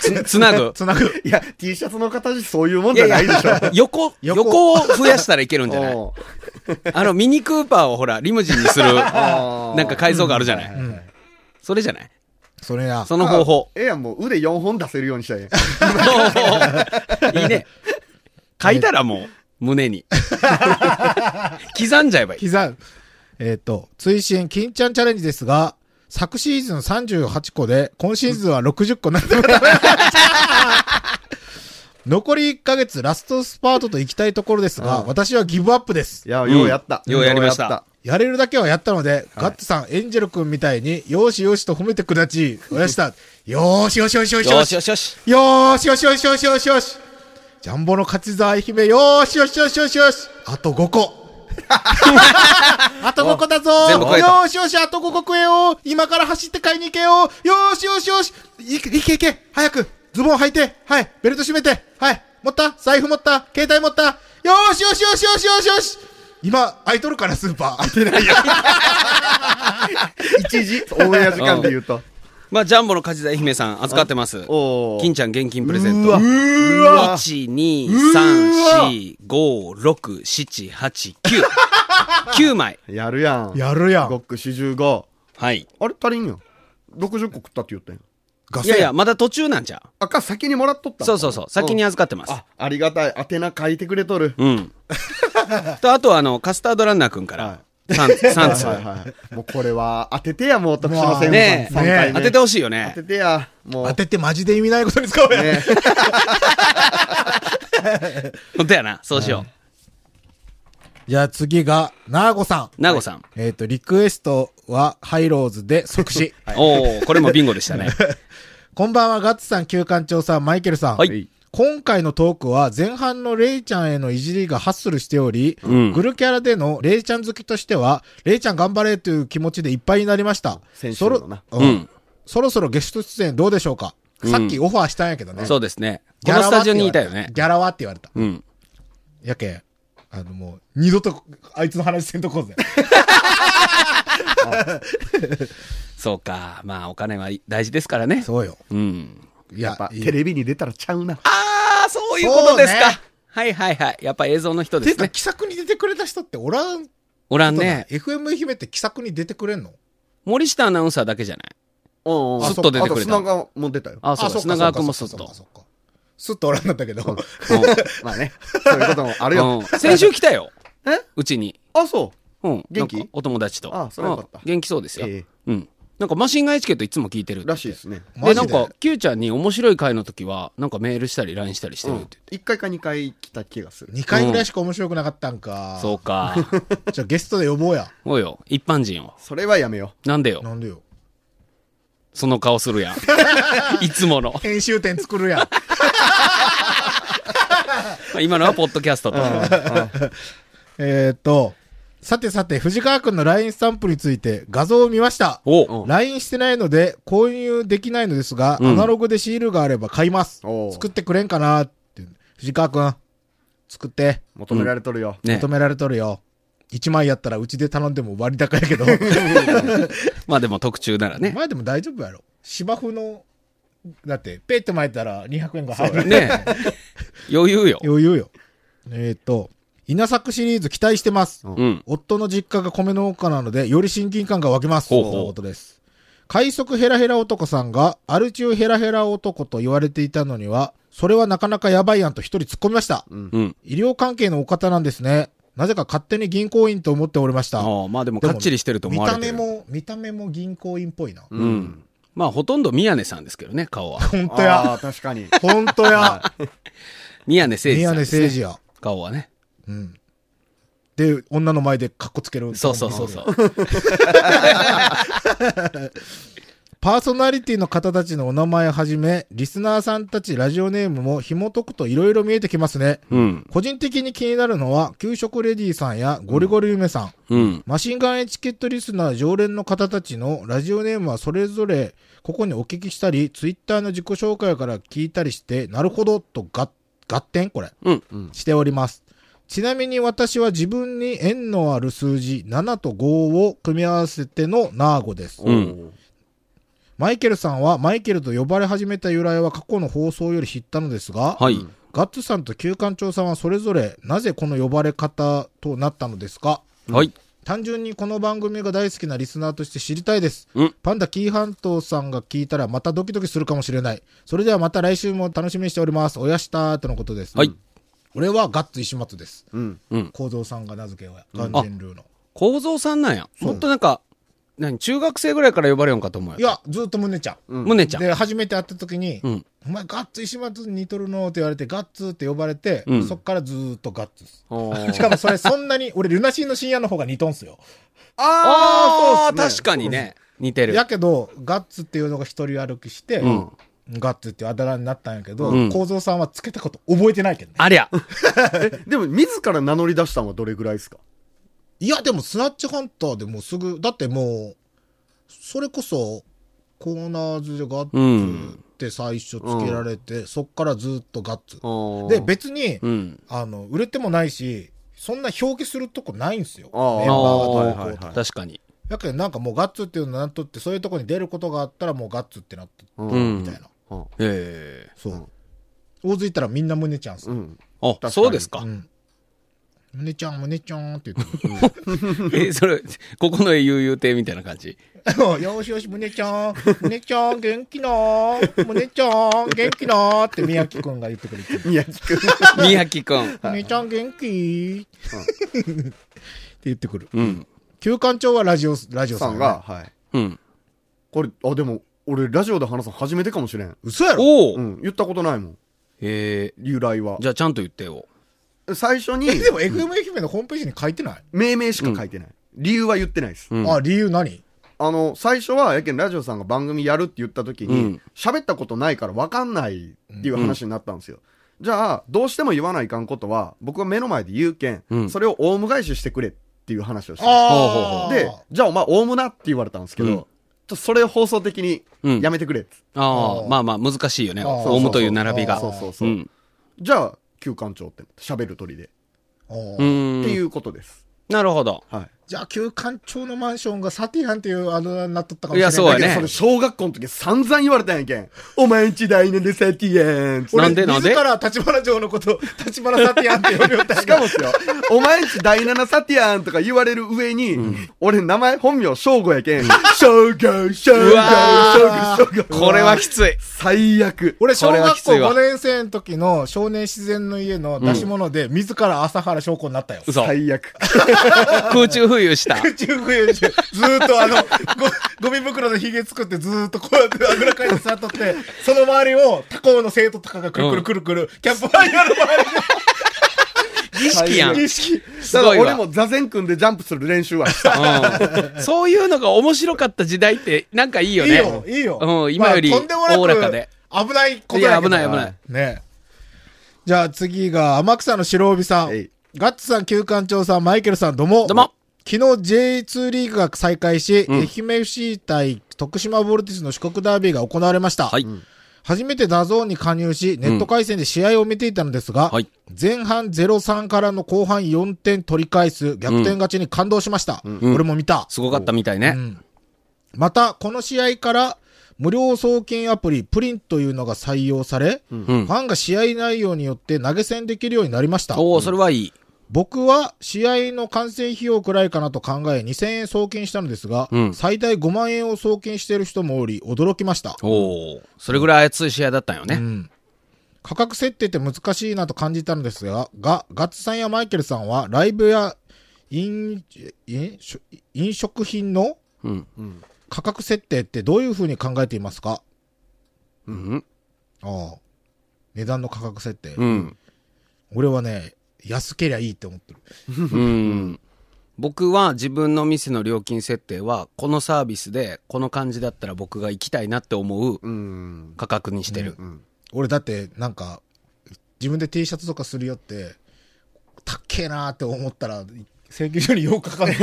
Speaker 3: つ、 つなぐ。
Speaker 2: つな ぐ。
Speaker 4: いや、T シャツの形そういうもんじゃないでしょ。
Speaker 3: 横、
Speaker 2: 横
Speaker 3: 横を増やしたらいけるんじゃない
Speaker 4: おう
Speaker 3: あの、ミニクーパーをほら、リムジンにする、な
Speaker 4: あー
Speaker 3: んか改造があるじゃな
Speaker 4: はいい。はいはい
Speaker 3: それじゃない
Speaker 2: それや。
Speaker 3: その方法。
Speaker 4: ええやん、もう腕4本出せるようにした い。
Speaker 3: いいね。書いたらもう、胸 に。刻んじゃえばいい。
Speaker 2: 刻む。えっ、と、追伸、金ちゃんチャレンジですが、昨シーズン38個で、今シーズンは60個なんでも食べました。残り1ヶ月、ラストスパートと行きたいところですが、私はギブアップです
Speaker 4: い。や、
Speaker 3: ん
Speaker 4: ようやった。
Speaker 3: ようやりました
Speaker 4: ようやっ
Speaker 2: やれるだけはやったので、ガッツさん、エンジェル君みたいに、よーしよーしと褒めてくだち、おやした。よーしよしよしよし
Speaker 3: よ
Speaker 2: よ
Speaker 3: し
Speaker 2: し。
Speaker 3: よしよし。
Speaker 2: よーしよしよしよしよしよし。ジャンボの勝ち沢愛媛、よーしよしよしよしよし。あと5個。あと5個だぞ
Speaker 3: 全部超え
Speaker 2: よ
Speaker 3: た
Speaker 2: ーしよし、あと5個食えよ今から走って買いに行けよよーしよしよしいけいけいけ早くズボン履いてはいベルト締めてはい持った財布持った携帯持ったよーしよしよしよしよしよし今、空いとるからスーパー。空いてないよ。
Speaker 4: た。一時、オンエア時間で言うと。
Speaker 3: まあ、ジャンボの梶田姫さん預かってます。
Speaker 4: おー
Speaker 3: 金ちゃん現金プレゼント。
Speaker 4: うわうわ
Speaker 3: 1、2、3、4、5、6、7、8、9。9枚。
Speaker 4: やるやん。
Speaker 2: やるや
Speaker 4: ゴ
Speaker 2: ん。
Speaker 4: ック45。
Speaker 3: はい。
Speaker 4: あれ足りんよ。60個食ったって言ったんや
Speaker 2: ガ
Speaker 3: いやいや、
Speaker 2: ン。
Speaker 3: まだ途中なんじゃう。
Speaker 4: あか、先にもらっとったの
Speaker 3: そうそうそう。先に
Speaker 4: ん
Speaker 3: 預かってます。
Speaker 4: あ、ありがたい。宛名書いてくれとる。
Speaker 3: うん。と、あとは、あの、カスタードランナーくんから、3、三通。
Speaker 4: はいはい。もうこれは当ててや、もう徳島専
Speaker 3: ね
Speaker 4: 門さん。3回
Speaker 3: え、
Speaker 4: 目
Speaker 3: 当ててほしいよ
Speaker 4: 当
Speaker 3: ね
Speaker 4: て。てや、もう。
Speaker 2: 当ててマジで意味ないことに使おうや。
Speaker 4: ね
Speaker 3: 本当やな。そうしよ
Speaker 2: じゃあ次が、ナーゴさん。
Speaker 3: う。なごさん。
Speaker 2: えっ、と、リクエストは、ハイローズで即死。
Speaker 3: おおこれもビンゴでしたね。
Speaker 2: こんばんは、ガッツさん、旧館長さん、マイケルさん。
Speaker 3: はい。
Speaker 2: 今回のトークは、前半のレイちゃんへのいじりがハッスルしており、
Speaker 3: ん
Speaker 2: グルキャラでのレイちゃん好きとしては、レイちゃん頑張れという気持ちでいっぱいになりました。
Speaker 4: 先週のな
Speaker 2: そろ、
Speaker 3: う
Speaker 2: うんん。そろそろゲスト出演どうでしょうか、さっきオファーしたんやけどね。。
Speaker 3: そううですね。このスタジオにいたよね。
Speaker 2: ギャラはって言われた。
Speaker 3: うん。
Speaker 2: やけん、あのもう、二度と、あいつの話せんとこう ぜ。
Speaker 3: そうか。まあ、お金は大事ですからね。
Speaker 2: そうよ。
Speaker 3: うん。
Speaker 2: い
Speaker 4: や
Speaker 2: や
Speaker 4: っぱ、
Speaker 2: いい
Speaker 4: テレビに出たらちゃうな。
Speaker 3: ああ、そういうことです
Speaker 2: そう
Speaker 3: か
Speaker 2: ね。
Speaker 3: はいはいはい。やっぱ映像の人で
Speaker 2: て
Speaker 3: す
Speaker 2: か、
Speaker 3: ね。
Speaker 2: 気さくに出てくれた人っておらん
Speaker 3: おらん
Speaker 2: ね
Speaker 3: ね。。
Speaker 2: FM 愛媛って気さくに出てくれんの
Speaker 3: 森下アナウンサーだけじゃない
Speaker 4: うんうん
Speaker 3: すっと出てくれた
Speaker 4: あと砂川も出たよ。
Speaker 3: あ、そう
Speaker 2: そ
Speaker 3: だ。
Speaker 2: っか
Speaker 3: 砂川君もそっ
Speaker 2: そっ
Speaker 3: と
Speaker 2: か。そっかすっとおらんかったけど。
Speaker 4: まあね。そういうことも ある
Speaker 3: う
Speaker 4: よ
Speaker 3: ん。。先週来たよ。
Speaker 4: え
Speaker 3: うちに。
Speaker 4: あ、そ
Speaker 3: うん。
Speaker 4: 元気
Speaker 3: なんかお友達と。
Speaker 4: あそれはよかった
Speaker 3: うん元気そうですよ
Speaker 4: ええ。
Speaker 3: うん。なんかマシンガンエチケットいつも聞いてるっ
Speaker 4: う。
Speaker 3: て
Speaker 4: らしいですね。
Speaker 2: マ
Speaker 3: で、
Speaker 2: ジ
Speaker 3: なんか、Q ちゃんに面白い回の時は、なんかメールしたり LINE したりして
Speaker 4: う
Speaker 3: るっ
Speaker 4: ん
Speaker 3: て。
Speaker 4: 1回か2回来た気がする。
Speaker 2: 2回ぐらいしか面白くなかったんか。
Speaker 3: そうか。
Speaker 2: じゃあゲストで呼ぼうや。
Speaker 3: おいよ、一般人を。
Speaker 4: それはやめよ
Speaker 3: なんでよ。
Speaker 2: なんでよ。
Speaker 3: その顔する やん。いつもの。
Speaker 2: 編集点作るやん。
Speaker 3: まあ今のはポッドキャストと。
Speaker 2: えーっと、さてさて、藤川くんの LINE スタンプについて画像を見ました。
Speaker 3: お
Speaker 2: LINE してないので購入できないのですが、
Speaker 3: うん
Speaker 2: アナログでシールがあれば買います
Speaker 4: お。う
Speaker 2: 作ってくれんかなって。藤川くん、作って。
Speaker 4: 求められとるよ。
Speaker 3: ね
Speaker 2: 求。められとるよ。1枚やったらうちで頼んでも割高や けど。
Speaker 3: まあでも特注ならね。
Speaker 2: 前でも大丈夫やろ。芝生の、だって、ペッて巻いたら200円が入る。
Speaker 3: ね余裕よ。
Speaker 2: 余裕よ。えーっと、稲作シリーズ期待してます。
Speaker 3: うん。
Speaker 2: 夫の実家が米農家なので、より親近感が湧きます。
Speaker 3: ほうほう
Speaker 2: とのことです。快速ヘラヘラ男さんが、アル中ヘラヘラ男と言われていたのには、それはなかなかやばいやんと一人突っ込みました。
Speaker 3: うん。
Speaker 2: 医療関係のお方なんですね。なぜか勝手に銀行員と思っておりました。
Speaker 3: ああまあでもかっちりしてると思われてる。
Speaker 2: 見た目も、見た目も銀行員っぽいな。
Speaker 3: うん。まあほとんど宮根さんですけどね、顔は。
Speaker 2: 本当
Speaker 4: あ
Speaker 2: や。
Speaker 4: あ、確かに。
Speaker 2: 本当や。
Speaker 3: 宮根誠司
Speaker 2: 宮
Speaker 3: さん
Speaker 2: 根
Speaker 3: です、
Speaker 2: 誠
Speaker 3: ね。
Speaker 2: 司や。
Speaker 3: 顔はね。
Speaker 2: うん。で、女の前でカッコつける。
Speaker 3: そうそうそうそう。
Speaker 2: パーソナリティの方たちのお名前をはじめ、リスナーさんたちラジオネームも紐解くといろいろ見えてきますね。
Speaker 3: うん。
Speaker 2: 個人的に気になるのは、給食レディさんやゴリゴリ夢さん、
Speaker 3: うん。
Speaker 2: マシンガンエチケットリスナー常連の方たちのラジオネームはそれぞれ、ここにお聞きしたり、ツイッターの自己紹介から聞いたりして、なるほど、とが合点これ。
Speaker 3: うん。
Speaker 2: しております。ちなみに私は自分に縁のある数字7と5を組み合わせてのナーゴです。
Speaker 3: うん
Speaker 2: マイケルさんはマイケルと呼ばれ始めた由来は過去の放送より知ったのですが、
Speaker 3: はい。
Speaker 2: ガッツさんと旧館長さんはそれぞれなぜこの呼ばれ方となったのですか
Speaker 3: はい。
Speaker 2: 単純にこの番組が大好きなリスナーとして知りたいです。
Speaker 3: うん
Speaker 2: パンダキーハントさんが聞いたらまたドキドキするかもしれない。それではまた来週も楽しみにしております。おやしたーとのことです。
Speaker 3: はい。
Speaker 2: 俺はガッツ石松です。
Speaker 4: うん。
Speaker 3: うん。
Speaker 2: 構造さんが名付け親、ガンジンルーの。
Speaker 3: 構造さんなんや。ほんとなんか、何中学生ぐらいから呼ばれよんかと思うよ。
Speaker 2: いや、ずっと胸ちゃん。
Speaker 3: 胸ちゃん。
Speaker 2: で、初めて会った時に、
Speaker 3: うん。
Speaker 2: お前ガッツ石松に似とるのって言われて、ガッツって呼ばれて、
Speaker 3: うん
Speaker 2: そっからずーっとガッツっす。し
Speaker 3: あ
Speaker 2: かもそれそんなに、俺ルナシーの深夜の方が似とんすよ。
Speaker 3: あー、
Speaker 4: ー
Speaker 3: 確かにね。似てる。
Speaker 2: やけど、ガッツっていうのが一人歩きして、
Speaker 3: うん
Speaker 2: ガッツっていうあだ名になったんやけど、
Speaker 3: うん
Speaker 2: 構造さんはつけたこと覚えてないけどね。
Speaker 3: ありゃ。
Speaker 4: でも、自ら名乗り出したのはどれぐらいですか
Speaker 2: いや、でもスナッチハンターでもうすぐ、だってもう、それこそ、コーナーズでガッツって最初つけられて、そっからずっとガッツ。で、
Speaker 4: で、
Speaker 2: 別に、
Speaker 3: うん。
Speaker 2: あの、売れてもないし、そんな表記するとこないんすよ。メン
Speaker 4: あ
Speaker 2: バ
Speaker 4: ー
Speaker 2: ーがどうこうとか
Speaker 4: はい
Speaker 3: 確かに。
Speaker 2: だけどなんかもうガッツっていうのなっとって、そういうとこに出ることがあったらもうガッツってなって、
Speaker 4: う
Speaker 3: うん
Speaker 4: ん。
Speaker 2: みたいな。
Speaker 3: え
Speaker 2: そう。大津いたらみんな胸ちゃんっす
Speaker 4: う。ん。
Speaker 3: えあ、そうですか
Speaker 2: う。ん。胸ちゃん、胸ちゃんって言って
Speaker 3: え、それ、ここの悠々亭みたいな感じ。
Speaker 2: る。 よしよし、胸ちゃん、胸ちゃん、元気なー、胸ちゃん、元気なーって宮城くんが言ってくれてる。
Speaker 4: 宮城くん。
Speaker 3: 宮城くん。
Speaker 2: 胸ちゃん元気ー って言ってくる。
Speaker 3: うん。
Speaker 2: 旧館長はラジオ、ラジオ
Speaker 4: さ
Speaker 2: さ
Speaker 4: ん
Speaker 2: ん
Speaker 4: が、
Speaker 2: が。
Speaker 4: はい。
Speaker 3: うん。
Speaker 4: これ、あ、でも、俺、ラジオで話すの初めてかもしれん。
Speaker 2: 嘘やろ
Speaker 3: おお。
Speaker 4: うん。言ったことないもん。
Speaker 3: え
Speaker 4: 由来は
Speaker 3: ー、。じゃあちゃんと言ってよ。
Speaker 4: 最初に
Speaker 2: え、、でも FM 愛媛のホームページに書いてない
Speaker 4: 命名しか書いてない。理由は言ってないです。
Speaker 3: うん
Speaker 2: あ、理由何
Speaker 4: あの、最初は、やけんラジオさんが番組やるって言った時
Speaker 3: う
Speaker 4: に
Speaker 3: ん、
Speaker 4: 喋、ったことないから分かんないっていう話になったんですよ。じゃあ、どうしても言わないかんことは、僕が目の前で言うけん、
Speaker 3: うん
Speaker 4: それをオウム返ししてくれっていう話をして、
Speaker 2: あー
Speaker 4: で、じゃあお前オウムなって言われたんですけど、
Speaker 3: うん
Speaker 4: ちょっとそれを放送的に
Speaker 3: うん
Speaker 4: やめてくれっつって、
Speaker 3: あ
Speaker 2: あ
Speaker 3: あ、
Speaker 2: ー
Speaker 3: まあまあ難しいよね。
Speaker 2: あー
Speaker 3: オウムという並びが。
Speaker 2: あー
Speaker 4: そうそうそう。
Speaker 3: うん。
Speaker 4: じゃあ、旧館長って喋る鳥で、
Speaker 2: あー
Speaker 3: う
Speaker 4: ってい
Speaker 3: ん。
Speaker 4: うことです。
Speaker 3: なるほど。
Speaker 4: はい。
Speaker 2: じゃあ旧館長のマンションがサティハンっていうあだ名になっとったかもしれな
Speaker 3: いや
Speaker 2: い。
Speaker 3: そうやね
Speaker 4: だけどそれ小学校の時散々言われたんやけん。お前んち第年でサティエンっつって
Speaker 2: 俺
Speaker 3: なんでなんで
Speaker 2: 自ら立花城のこと、 立花サティアンって呼びよったんや
Speaker 4: し
Speaker 2: けど
Speaker 4: かもっすよ、お前んち第7サティアンとか言われる上に、俺名前、本名、翔吾やけん。翔吾、翔吾、
Speaker 3: うわ
Speaker 4: 翔吾、翔吾。
Speaker 3: これはきつい。
Speaker 4: 最悪。
Speaker 2: 俺、小
Speaker 3: これは
Speaker 2: 学
Speaker 3: き
Speaker 2: 校
Speaker 3: ついわ
Speaker 2: 5年生の時の少年自然の家の出し物で、自ら朝原翔子になったよ。
Speaker 3: 嘘。
Speaker 4: 最悪。
Speaker 3: 空中浮遊した。
Speaker 2: 中冬中、ずーっとあの、ご、ゴミ袋のひげ作ってずーっとこうやってあぐらかいて座っとって、その周りを他校の生徒とかがくるくるくるくる、キャンプファイヤーの周りで、
Speaker 3: 儀式やん。
Speaker 4: 儀式。
Speaker 3: す
Speaker 4: だか
Speaker 3: ごい
Speaker 4: ら
Speaker 3: わ
Speaker 4: 俺も座禅組んでジャンプする練習はした。
Speaker 3: うんそういうのが面白かった時代って、なんかいいよ
Speaker 2: いい
Speaker 3: ね。
Speaker 2: よ、いいよ。
Speaker 3: うん、今より、
Speaker 2: まあとんでもなく
Speaker 3: おおらかで。。
Speaker 2: 危ないこと
Speaker 3: い
Speaker 2: や
Speaker 3: や、
Speaker 2: けど
Speaker 3: 危ない危ない。
Speaker 2: ねじゃあ次が、天草の白帯さ
Speaker 4: え
Speaker 2: ん
Speaker 4: い。
Speaker 2: ガッツさん、旧館長さん、マイケルさん、どうも。
Speaker 3: どうも。
Speaker 2: 昨日 J2 リーグが再開し、
Speaker 3: うん
Speaker 2: 愛媛 FC 対徳島ボルティスの四国ダービーが行われました。
Speaker 3: はい。
Speaker 2: 初めてダゾーンに加入し、ネット回線で試合を見ていたのですが、
Speaker 3: はい
Speaker 2: 前半0-3からの後半4点取り返す逆転勝ちに感動しました。
Speaker 3: ん
Speaker 2: 俺も見た。
Speaker 3: すごかったみたいうね。
Speaker 2: んまた、この試合から、無料送金アプリ、プリンというのが採用され、
Speaker 3: うん
Speaker 2: フ。ァンが試合内容によって投げ銭できるようになりました。
Speaker 3: おお、それはいい。
Speaker 2: 僕は試合の観戦費用くらいかなと考え2000円送金したのですが、
Speaker 3: うん
Speaker 2: 最大5万円を送金している人もおり、驚きました。
Speaker 3: おお、それぐらい熱い試合だったんよね。
Speaker 2: 価格設定って難しいなと感じたのですが、が、ガッツさんやマイケルさんは、ライブや飲、飲食飲食品の
Speaker 3: うん。
Speaker 2: 価格設定ってどういうふうに考えていますか
Speaker 3: うん。
Speaker 2: ああ。値段の価格設定。
Speaker 3: うん。
Speaker 2: 俺はね、安けりゃいいって思ってる。
Speaker 3: うん。僕は自分の店の料金設定は、このサービスで、この感じだったら僕が行きたいなって思う
Speaker 4: うん。
Speaker 3: 価格にしてる。
Speaker 2: 俺だって、なんか、自分で T シャツとかするよって、たっけえなーって思ったら、請求書にようかか る。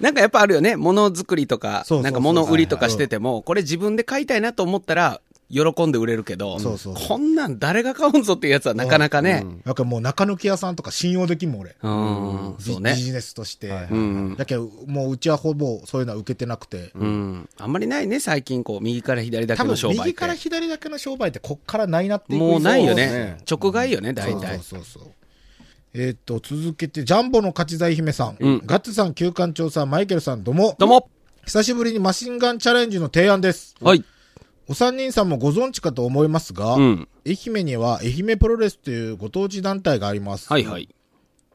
Speaker 3: なんかやっぱあるよね。物作りとか
Speaker 2: そうそうそ、う
Speaker 3: なんか物売りとかしてても、これ自分で買いたいなと思ったら、喜んで売れるけど
Speaker 2: そうそう、そう
Speaker 3: こんなん誰が買うんぞっていうやつはなかなかね。
Speaker 2: なんかもう中抜き屋さんとか信用できんもん俺。
Speaker 3: うん、
Speaker 2: ビ
Speaker 3: そうね
Speaker 2: ビ。ジネスとして。
Speaker 3: うん。
Speaker 2: だけど、もううちはほぼそういうのは受けてなくて。
Speaker 3: うん。あんまりないね、最近、こう、右から左だけ
Speaker 2: 多
Speaker 3: の
Speaker 2: 分
Speaker 3: 商売って。
Speaker 2: 右から左だけの商売ってこっからないなっていう
Speaker 3: もうないよ
Speaker 4: そう
Speaker 3: ね
Speaker 4: で。
Speaker 3: 直買いよね、大体。
Speaker 2: そうそうそうそうえーっと続けてジャンボの勝ち財姫さん、
Speaker 3: うん
Speaker 2: ガッツさん旧館長さんマイケルさんどうも
Speaker 3: どうも
Speaker 2: 久しぶりにマシンガンチャレンジの提案です
Speaker 3: はい。
Speaker 2: お三人さんもご存知かと思いますが、
Speaker 3: うん。
Speaker 2: 愛媛には愛媛プロレスというご当地団体があります、
Speaker 3: はいはい。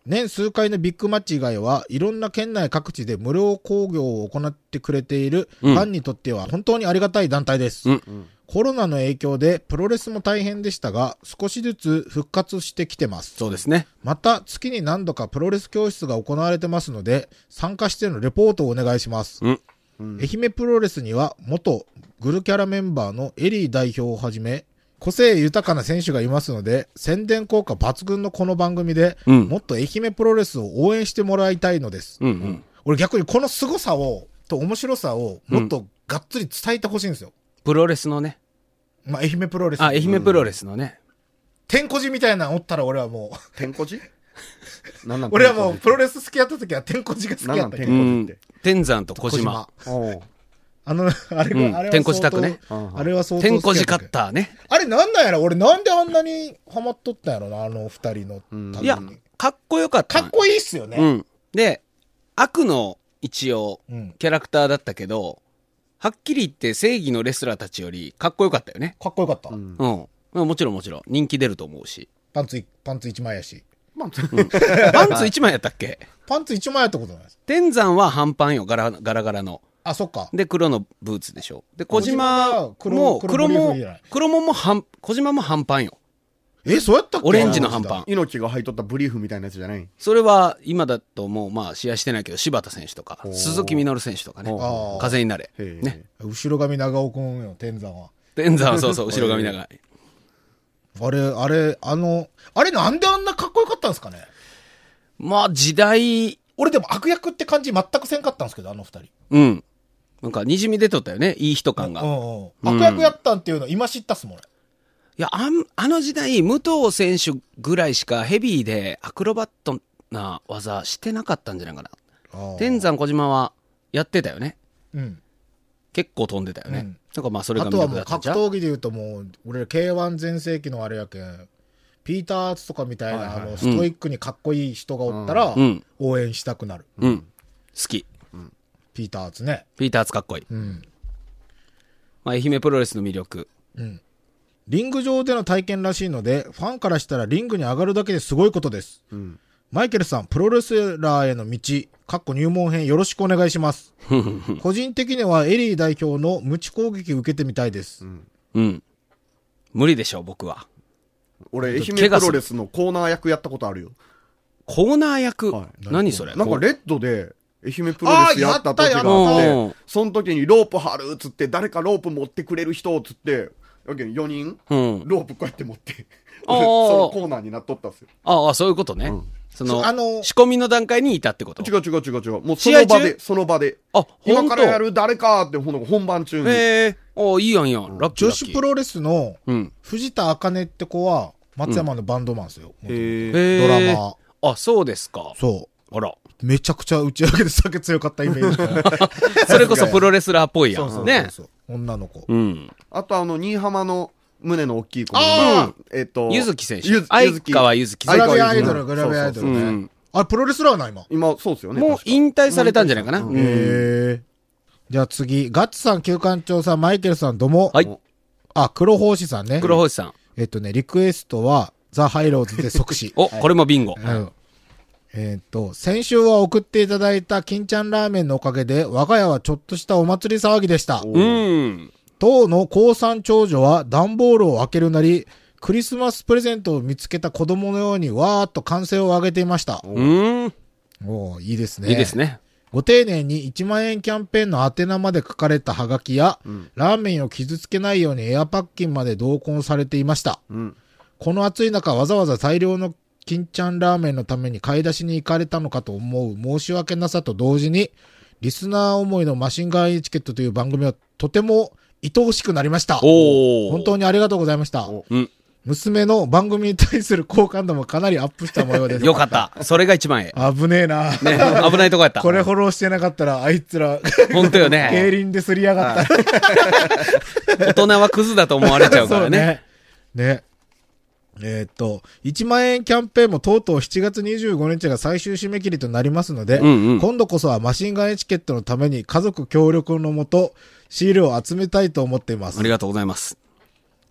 Speaker 2: 年数回のビッグマッチ以外はいろんな県内各地で無料興行を行ってくれているフ
Speaker 3: うん
Speaker 2: ァンにとっては本当にありがたい団体です、
Speaker 3: うん
Speaker 2: コロナの影響でプロレスも大変でしたが少しずつ復活してきてます
Speaker 3: そうですね。
Speaker 2: また月に何度かプロレス教室が行われてますので参加してのレポートをお願いします、
Speaker 3: うん
Speaker 2: 愛媛プロレスには元グルキャラメンバーのエリー代表をはじめ個性豊かな選手がいますので宣伝効果抜群のこの番組で、
Speaker 3: うん
Speaker 2: もっと愛媛プロレスを応援してもらいたいのです、
Speaker 3: うんうん。
Speaker 2: 俺逆にこの凄さをと面白さをもっとがっつり伝えてほしいんですよ、
Speaker 3: プロレスのね。
Speaker 2: まあ、愛媛プロレス
Speaker 3: あ、愛媛プロレスのね。
Speaker 2: 天こじみたいなのおったら俺はもう
Speaker 4: 天こじなんなん
Speaker 2: 俺はもうプロ
Speaker 4: レ
Speaker 2: レス好きやった時は天こじが好きやったけど
Speaker 3: う
Speaker 4: なんなん
Speaker 3: ん
Speaker 4: 天。
Speaker 3: 天山と小島。
Speaker 4: お
Speaker 2: あの、あれ
Speaker 3: うん
Speaker 2: が、あれは相当。
Speaker 3: 天こじ宅ね
Speaker 4: うん
Speaker 2: あれは相当。
Speaker 3: 天小寺カッ。ターね。
Speaker 2: あれなんなんやろ俺なんであんなにハマっとったんやろなあの二人のために。
Speaker 3: いや、かっこよかった
Speaker 2: か
Speaker 3: んよ。
Speaker 2: っこいいっすよ
Speaker 3: う
Speaker 2: ね。
Speaker 3: ん。で、悪の一応
Speaker 2: うん、
Speaker 3: キャラクターだったけど、はっきり言って正義のレスラーたちよりかっこよかったよね。
Speaker 2: かっこよかった。
Speaker 3: うん。まあもちろんもちろん。人気出ると思うし。
Speaker 2: パンツい、パンツ一枚やし。
Speaker 4: まあ、
Speaker 3: パンツ1枚やったっけ
Speaker 2: パンツ一枚やったことないです。
Speaker 3: 天山は半パンよ。ガラガラガラの。
Speaker 2: あ、そっか。
Speaker 3: で、黒のブーツでしょ。で、小
Speaker 2: 小島
Speaker 3: 島
Speaker 2: は黒
Speaker 3: も、
Speaker 2: 黒
Speaker 3: 黒
Speaker 2: ブリー
Speaker 3: も
Speaker 2: フじゃない、
Speaker 3: 黒もも半、小島も半パンよ。
Speaker 2: え、そうやったっけ
Speaker 3: オレンジの半パン。
Speaker 4: 猪木が履いとったブリーフみたいなやつじゃない
Speaker 3: それは、今だともう、まあ、試合してないけど、柴田選手とか、鈴木みのる選手とかね
Speaker 4: ほう
Speaker 2: ほう、
Speaker 3: 風になれ。
Speaker 4: へえ
Speaker 3: ね。
Speaker 2: 後ろ髪長尾くんよ、天山は。
Speaker 3: 天山はそうそう、後ろ髪長い。
Speaker 2: あれ、あれ、あの、あれなんであんなかっこよかったんですかね
Speaker 3: まあ、時代、
Speaker 2: 俺でも悪役って感じ全くせんかったんですけど、あの二人。
Speaker 3: うん。なんか、滲み出とったよね、いい人感が。
Speaker 2: うんうん。悪役やったんっていうの今知ったっすもん、俺
Speaker 3: いや、あんあの時代、武藤選手ぐらいしかヘビーでアクロバットな技してなかったんじゃないかな。
Speaker 2: あー
Speaker 3: 天山小島はやってたよね。
Speaker 2: うん。
Speaker 3: 結構飛んでたよね。
Speaker 2: うん
Speaker 3: なんかまあ、それが
Speaker 2: あ
Speaker 3: 魅
Speaker 2: とは
Speaker 3: 力
Speaker 2: も
Speaker 3: だ
Speaker 2: う
Speaker 3: ったん
Speaker 2: 格
Speaker 3: じゃん
Speaker 2: 闘技で言うともう俺 K1 全盛期のあれやけんピーター・アーツとかみたいな、あのストイックにかっこいい人がおったら、
Speaker 3: うんうん
Speaker 2: 応援したくなる、
Speaker 3: うん。好き。
Speaker 2: ピーター・アーツね
Speaker 3: ピーターズかっこいい。
Speaker 2: ん
Speaker 3: まあ、愛媛プロレスの魅力。
Speaker 2: リング上での体験らしいのでファンからしたらリングに上がるだけですごいことです、マイケルさんプロレスラーへの道かっこ入門編よろしくお願いし ます個人的にはエリー代表の無知攻撃受けてみたいです、
Speaker 3: うん。無理でしょう、僕は。
Speaker 4: 俺、愛媛
Speaker 3: 怪我
Speaker 4: プ
Speaker 3: する
Speaker 4: ロレスのコーナー役やったことあるよ。
Speaker 3: コーナー役、
Speaker 4: はい
Speaker 3: 何それ
Speaker 4: なんかレッドで、愛媛プロレスやっ
Speaker 2: あー
Speaker 4: た時があっ、
Speaker 3: やったやって
Speaker 4: その時にロープ張るっつって、誰かロープ持ってくれる人っつって、やけん4人、
Speaker 3: うん
Speaker 4: ロープこうやって持って、
Speaker 3: あー
Speaker 4: そのコーナーになっとったっすよ。
Speaker 3: ああ、そういうことね。その
Speaker 2: そうあの
Speaker 3: 仕込みの段階にいたってこと
Speaker 4: 違う違う違う違う。もうそ
Speaker 3: 試合
Speaker 4: の
Speaker 3: 中
Speaker 4: 場で、その場で。
Speaker 3: あ
Speaker 4: 今
Speaker 3: ほん
Speaker 4: か
Speaker 3: と
Speaker 4: らやる誰かって、ほんの本番中に。
Speaker 3: へえ。ああ、いいやんいいやん。ラッキー
Speaker 2: 女
Speaker 3: ラッキー。
Speaker 2: 子プロレスの
Speaker 3: うん。
Speaker 2: 藤田茜って子は、松山のバンドマンですよ。
Speaker 4: へー
Speaker 3: へえ
Speaker 2: ドラマ。
Speaker 3: あ、そうですか。
Speaker 2: そ
Speaker 3: あら。
Speaker 2: う。めちゃくちゃ打ち上げで酒強かったイメージが。
Speaker 3: それ こそプロレスラーっぽいや
Speaker 2: そうそ
Speaker 3: ん。
Speaker 2: う
Speaker 3: ね。
Speaker 2: そうそう女の子。
Speaker 3: うん。
Speaker 4: あとあの、新居浜の胸の大きい子も
Speaker 2: あ
Speaker 4: えっと、
Speaker 3: ゆずき選手
Speaker 4: ゆず
Speaker 3: 相
Speaker 4: ゆずき
Speaker 3: 川ゆずき選
Speaker 2: グ
Speaker 3: 手
Speaker 2: ラビアア
Speaker 4: 相川ゆ
Speaker 2: イ
Speaker 4: ず
Speaker 2: ド
Speaker 4: き
Speaker 2: ル、グラビアアイド
Speaker 4: そ
Speaker 2: ル
Speaker 4: うそうそう
Speaker 2: ね
Speaker 3: うん。
Speaker 2: あれ、プロレスラーな、今。
Speaker 4: 今、そうですよね。
Speaker 3: もう
Speaker 4: 確か
Speaker 3: 引退されたんじゃないかな。
Speaker 4: も
Speaker 3: う
Speaker 4: う引
Speaker 3: ん
Speaker 4: 退
Speaker 2: へえ。じゃあ次、ガッツさん、旧館長さん、マイケルさん、どうも。
Speaker 3: はい。
Speaker 2: あ、黒法師さんね。
Speaker 3: 黒星さん。
Speaker 2: えっとね、リクエストは、ザ・ハイローズで即死
Speaker 3: 。お、これもビンゴ。
Speaker 2: うん。えっと、先週は送っていただいた金ちゃんラーメンのおかげで、我が家はちょっとしたお祭り騒ぎでした。
Speaker 3: うん。
Speaker 2: 当の高三長女は段ボールを開けるなり、クリスマスプレゼントを見つけた子供のようにわーっと歓声を上げていました。
Speaker 3: うん。
Speaker 2: おーいいですね。
Speaker 3: いいですね。
Speaker 2: ご丁寧に1万円キャンペーンの宛名まで書かれたハガキや、ラーメンを傷つけないようにエアパッキンまで同梱されていました。
Speaker 4: ん
Speaker 2: この暑い中、わざわざ大量の金ちゃんラーメンのために買い出しに行かれたのかと思う申し訳なさと同時に、リスナー思いのマシンガンエチケットという番組はとても愛おしくなりました。
Speaker 3: おお。
Speaker 2: 本当にありがとうございました。
Speaker 3: うん。
Speaker 2: 娘の番組に対する好感度もかなりアップした模様です。
Speaker 3: よかった。それが一番え
Speaker 2: 危ねえな。
Speaker 3: え。ね。危ないとこやった。
Speaker 2: これフォローしてなかったら、あいつら、
Speaker 3: 本当よ
Speaker 2: 競
Speaker 3: ね。
Speaker 2: 輪ですりやがった。
Speaker 3: 大人はクズだと思われち ゃうからね。。
Speaker 2: ね。えーっと、1万円キャンペーンもとうとう7月25日が最終締め切りとなりますので、
Speaker 3: うんうん
Speaker 2: 今度こそはマシンガンエチケットのために家族協力のもと、シールを集めたいと思っています
Speaker 3: あり。がとうございます。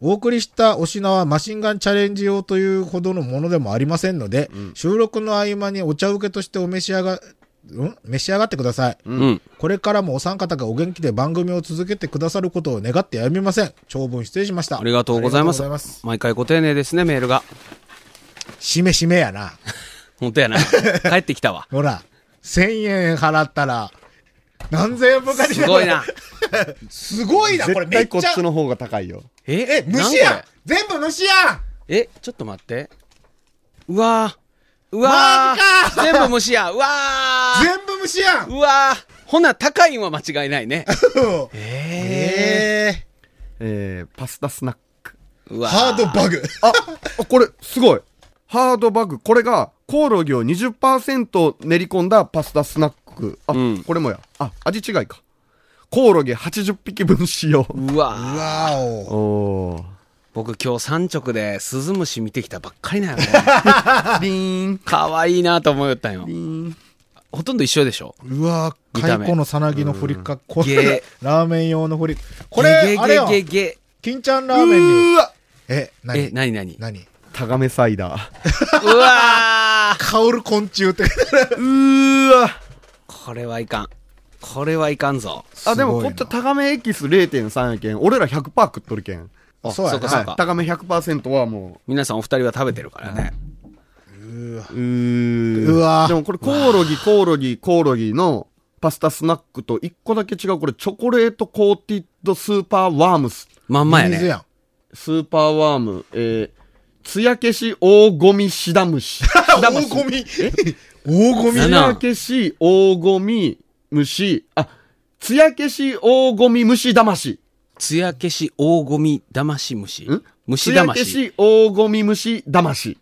Speaker 2: お送りしたお品はマシンガンチャレンジ用というほどのものでもありませんので、収録の合間にお茶受けとしてお召し上が、ん召し上がってください。
Speaker 3: うん。
Speaker 2: これからもお三方がお元気で番組を続けてくださることを願ってやみません。長文失礼しました。
Speaker 3: ありがとうございま
Speaker 2: あ
Speaker 3: す
Speaker 2: りがとうございます。
Speaker 3: 毎回ご丁寧ですね、メールが。
Speaker 2: しめしめやな。
Speaker 3: 本当 やな。帰ってきたわ。
Speaker 2: ほら、千円払ったら、何千円分かに
Speaker 3: すご いな。。
Speaker 2: すごいな、これ
Speaker 4: 絶
Speaker 2: めっ
Speaker 4: 対
Speaker 2: ち
Speaker 4: こっ
Speaker 2: ゃ
Speaker 4: ち。の方が高いよ。
Speaker 2: え、
Speaker 3: え
Speaker 2: 虫やん全部虫やん
Speaker 3: え、ちょっと待って。うわーう
Speaker 2: マ
Speaker 3: わ
Speaker 2: ジか
Speaker 3: ー全部虫や。うわ
Speaker 2: 全部虫やん
Speaker 3: ーうわーほな、高いんは間違いないね。え
Speaker 2: え
Speaker 4: えー、パスタスナック。
Speaker 3: ー。うわ
Speaker 2: ー、ハードバグ。
Speaker 4: あ、 あこれ、すごい。ハードバグ。これが、コオロギを20%練り込んだパスタスナック。あ、
Speaker 3: うん
Speaker 4: これもや。あ、味違いか。コオロギ80匹分使用。
Speaker 3: うわー
Speaker 2: わーお。
Speaker 4: おー。
Speaker 3: 僕今日三直でスズムシ見てきたばっかりなんよ。
Speaker 4: リーン。
Speaker 3: 可愛いなと思いよったんよ
Speaker 4: リ。ーン。
Speaker 3: ほとんど一緒でしょ
Speaker 2: うわー、
Speaker 3: 見た目
Speaker 2: 蚕のさなぎのふりか、こ
Speaker 3: ゲ
Speaker 2: れ、ラーメン用のふり。これ、あれよ、
Speaker 3: ゲゲゲゲ。
Speaker 2: 金ちゃん
Speaker 4: う
Speaker 2: ラーメンに。
Speaker 4: ーわ
Speaker 2: え、
Speaker 3: え、
Speaker 2: 何
Speaker 3: なになに
Speaker 2: 何
Speaker 4: タガメサイダー。
Speaker 3: うわー
Speaker 2: 香る昆虫って。
Speaker 4: うーわ
Speaker 3: これはいかん。これはいかんぞ。
Speaker 4: あ、でも
Speaker 2: すご
Speaker 4: こ
Speaker 2: い
Speaker 4: っ
Speaker 2: な
Speaker 4: ちはタガメエキス0.3やけん。俺ら100%食っとるけん。
Speaker 3: あ
Speaker 2: そうやな
Speaker 3: か
Speaker 4: は
Speaker 3: そ
Speaker 4: いう
Speaker 3: か。
Speaker 4: タガメ100%はも
Speaker 3: 皆さんお二人は食べてるからね。
Speaker 4: う、うー
Speaker 2: うわ
Speaker 4: でもこれコオロギ、コオロギ、コオロギのパスタスナックと一個だけ違う、これチョコレートコーティッドスーパーワームス。
Speaker 3: まんまや
Speaker 2: 水
Speaker 3: ね。
Speaker 2: やん。
Speaker 4: スーパーワーム、えー、つや消し大ゴミシダム シ。
Speaker 2: 大ゴミ。大ゴミ
Speaker 3: な
Speaker 4: つ
Speaker 3: な
Speaker 4: や消し大ゴミ虫、あ、つや消し大ゴミ虫だまし。
Speaker 3: つや消し大ゴミだまし虫。
Speaker 4: ん
Speaker 3: 虫だま
Speaker 4: つや
Speaker 3: し。
Speaker 4: 消し大ゴミ虫だまし。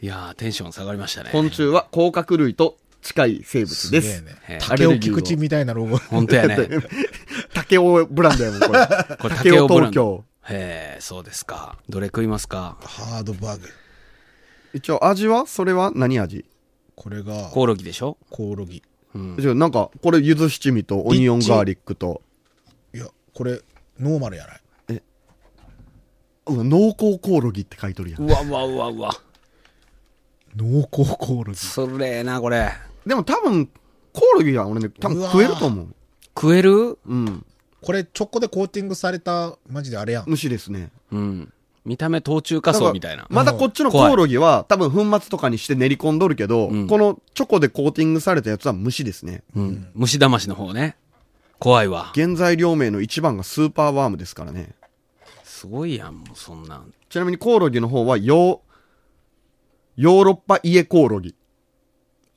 Speaker 3: いやー、テンション下がりましたね。
Speaker 4: 昆虫は甲殻類と近い生物ですす
Speaker 2: げえ。
Speaker 3: ね
Speaker 4: アレ
Speaker 2: 竹
Speaker 4: ル
Speaker 2: 尾
Speaker 4: ギーを
Speaker 2: 菊池みたいなロゴ。
Speaker 3: ほんとやね。
Speaker 4: 竹尾ブランドや もん、これ。
Speaker 3: これ
Speaker 4: 竹
Speaker 3: 竹
Speaker 4: 尾
Speaker 3: 尾ブラ
Speaker 4: 東
Speaker 3: ンド
Speaker 4: 京。。
Speaker 3: へえ、そうですか。どれ食いますか
Speaker 2: ハードバグ。
Speaker 4: 一応味はそれは何味、
Speaker 2: これが、
Speaker 3: コオロギでしょ
Speaker 2: コオロギ。
Speaker 4: じゃあなんか、これ柚子七味とオニオンガーリックと。
Speaker 2: いや、これ、ノーマルやない。
Speaker 4: うわ濃厚コオロギって書いとるやん。
Speaker 3: うわうわうわうわ。
Speaker 2: 濃厚コオロギ。
Speaker 3: それえな、これ。
Speaker 4: でも多分、コオロギは俺ね、多分
Speaker 2: うわー
Speaker 4: 食えると思う。
Speaker 3: 食える
Speaker 4: うん。
Speaker 2: これ、チョコでコーティングされた、マジであれやん。
Speaker 4: 虫ですね。
Speaker 3: うん。見た目途中仮想みたいな。
Speaker 4: まだこっちのコオロギは多分粉末とかにして練り込んどるけど、
Speaker 3: ん
Speaker 4: このチョコでコーティングされたやつは虫ですね。
Speaker 3: うん。虫騙しの方ね。怖いわ。
Speaker 4: 原材料名の一番がスーパーワームですからね。
Speaker 3: すごいやん、もうそんなん。
Speaker 4: ちなみにコオロギの方はヨー、ヨーロッパ家コオロギ。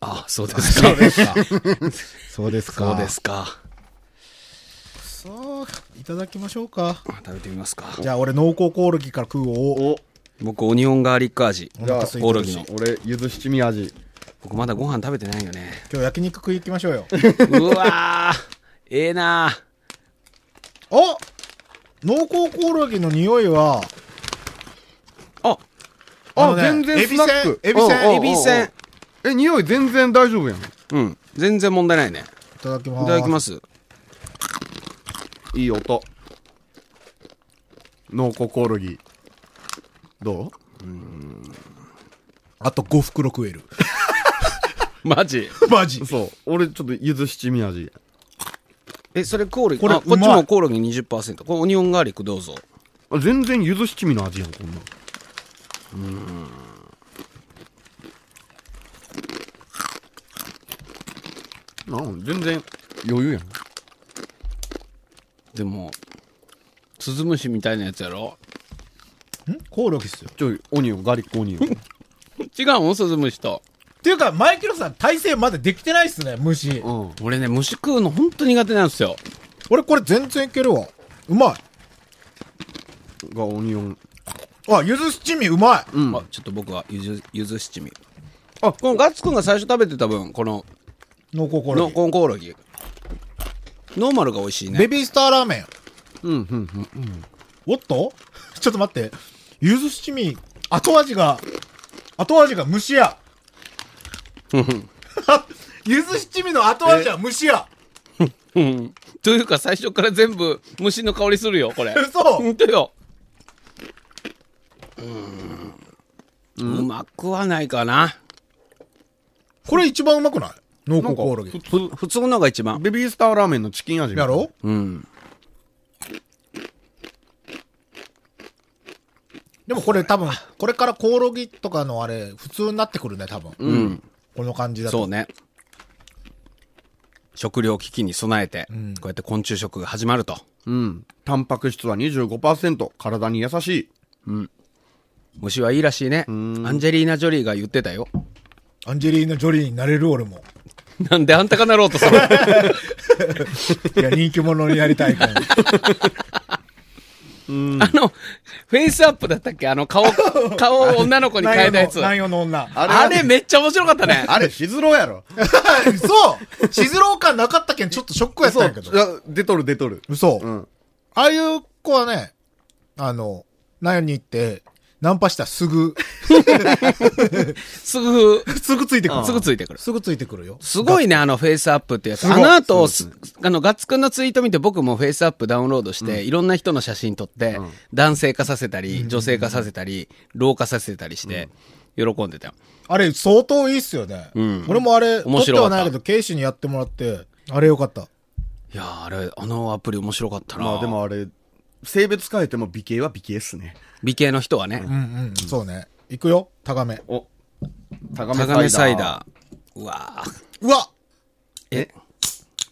Speaker 3: ああ、そうですか。
Speaker 2: そうですか。
Speaker 3: そうで。すか。
Speaker 2: そう、いただきましょうか。
Speaker 3: 食べてみますか。
Speaker 2: じゃあ俺濃厚コオロギから食うお。
Speaker 4: お、
Speaker 3: 僕、オニオンガーリック味。
Speaker 2: お
Speaker 4: じゃ
Speaker 2: 腹
Speaker 4: あ
Speaker 2: 空い
Speaker 3: コオ
Speaker 2: て
Speaker 3: ロ
Speaker 2: る
Speaker 3: ギ
Speaker 2: し
Speaker 3: の。
Speaker 4: 俺、ゆず七味味。
Speaker 3: 僕、まだご飯食べてないよね。
Speaker 2: 今日焼肉食い行きましょうよ。
Speaker 3: うわー、ええなー。
Speaker 2: お濃厚コオロギの匂いは、
Speaker 3: あ、
Speaker 4: あ、
Speaker 2: のね
Speaker 4: 全然スナック。
Speaker 2: エビせんエビせん
Speaker 4: うん
Speaker 3: エビせん。。
Speaker 4: え、匂い全然大丈夫やん。
Speaker 3: うん。全然問題ないね。
Speaker 2: いただきま
Speaker 3: い
Speaker 2: す。。
Speaker 3: ただきますす。
Speaker 4: いい音。濃厚コオロギ。ど
Speaker 2: あと5袋食える。
Speaker 3: マジ。
Speaker 2: マジ
Speaker 4: う。そう。俺、ちょっとゆず七味味。
Speaker 3: え、それコオロギ
Speaker 2: これ
Speaker 3: あこ
Speaker 2: う
Speaker 3: っち
Speaker 2: まい
Speaker 3: もコオロギ20%。これオニオンガーリックどうぞ。
Speaker 4: あ全然ゆず七味の味やん、こんなん。なん全然余裕やん。
Speaker 3: でも、スズムシみたいなやつやろ
Speaker 2: んコオロギっすよ。
Speaker 4: ちょい、オニオン、ガーリックオニオン。
Speaker 3: 違うもん、スズムシと。
Speaker 2: っていうか、マイケルさん、体勢まだできてないっすね、虫。
Speaker 4: うん。
Speaker 3: 俺ね、虫食うの本当苦手なんですよ。
Speaker 2: 俺これ全然いけるわ。うまい。
Speaker 4: がオニオン。
Speaker 2: あ、ゆず七味うまい。
Speaker 4: うん。
Speaker 3: あ、ちょっと僕はゆず、ゆず七味。あ、このガッツくんが最初食べてた分、この、
Speaker 2: 濃厚コオロ
Speaker 3: の
Speaker 2: ギ。
Speaker 3: このコオロギ。ノーマルが美味しいね
Speaker 2: ベ。ビースターラーメン。
Speaker 4: うん、うん、うん。
Speaker 2: おっと ちょっと待って。ゆず七味、後味が、後味が虫や。 ゆず七味の後味は虫や。
Speaker 3: うん。というか最初から全部虫の香りするよ、これ。
Speaker 2: 嘘
Speaker 3: 本当よ。うーん。うまくはないかな。
Speaker 2: これ一番うまくない濃厚
Speaker 4: なんか
Speaker 2: コオロギ。
Speaker 3: ふ、普通のが一番。
Speaker 4: ベビースターラーメンのチキン味みた
Speaker 2: や
Speaker 4: いな
Speaker 2: ろ
Speaker 3: うん。
Speaker 2: でもこれ多分、これからコオロギとかのあれ、普通になってくるね、多分。
Speaker 3: うん。
Speaker 2: この感じだと。
Speaker 3: そうね。食糧危機に備えて、こうやって昆虫食が始まると。
Speaker 4: うん。タンパク質は25%。体に優しい。
Speaker 3: 虫はいいらしいね。アンジェリーナ・ジョリーが言ってたよ。
Speaker 2: アンジェリーナ・ジョリーになれる俺も。
Speaker 3: なんであんたがなろうとする
Speaker 2: いや、人気者になりたい から。
Speaker 3: あの、フェイスアップだったっけあの顔、顔を女の子に変えたやつ。
Speaker 2: 南
Speaker 3: あ
Speaker 2: 洋の女。
Speaker 4: あれ
Speaker 3: れめっちゃ面白かったね。
Speaker 4: あれ、しずろやろ。
Speaker 2: そうしずろう感なかったけん、ちょっとショックやったんやけど。
Speaker 4: そう。出とる出とる。
Speaker 2: 嘘。
Speaker 4: うん。
Speaker 2: ああいう子はね、あの、南洋に行って、ナンパしたらすぐ、
Speaker 3: すぐ、
Speaker 2: すぐついてくる。
Speaker 3: すぐついてくる。
Speaker 2: すぐついてくるよ。
Speaker 3: すごいね、あのフェイスアップってやつ。
Speaker 2: すごい
Speaker 3: あの後、すあの、ガッツくんのツイート見て僕もフェイスアップダウンロードして、いろんな人の写真撮って、男性化させたり、女性化させたり、老化させたりして、喜んでたよ。
Speaker 2: あれ、相当いいっすよね。
Speaker 3: ん
Speaker 2: 俺もあれ、撮
Speaker 3: 面
Speaker 2: って
Speaker 3: 白かった
Speaker 2: はないけど、ケイシにやってもらって、あれよかった。
Speaker 3: いやー、あれ、あのアプリ面白かったな。
Speaker 4: まあでもあれ、性別変えても美形は美形っすね。
Speaker 3: 美形の人はね、
Speaker 2: うんうん、そうね。行くよ、タガメ。
Speaker 4: お、高
Speaker 3: タガメサイダー。うわー
Speaker 2: うわ
Speaker 3: え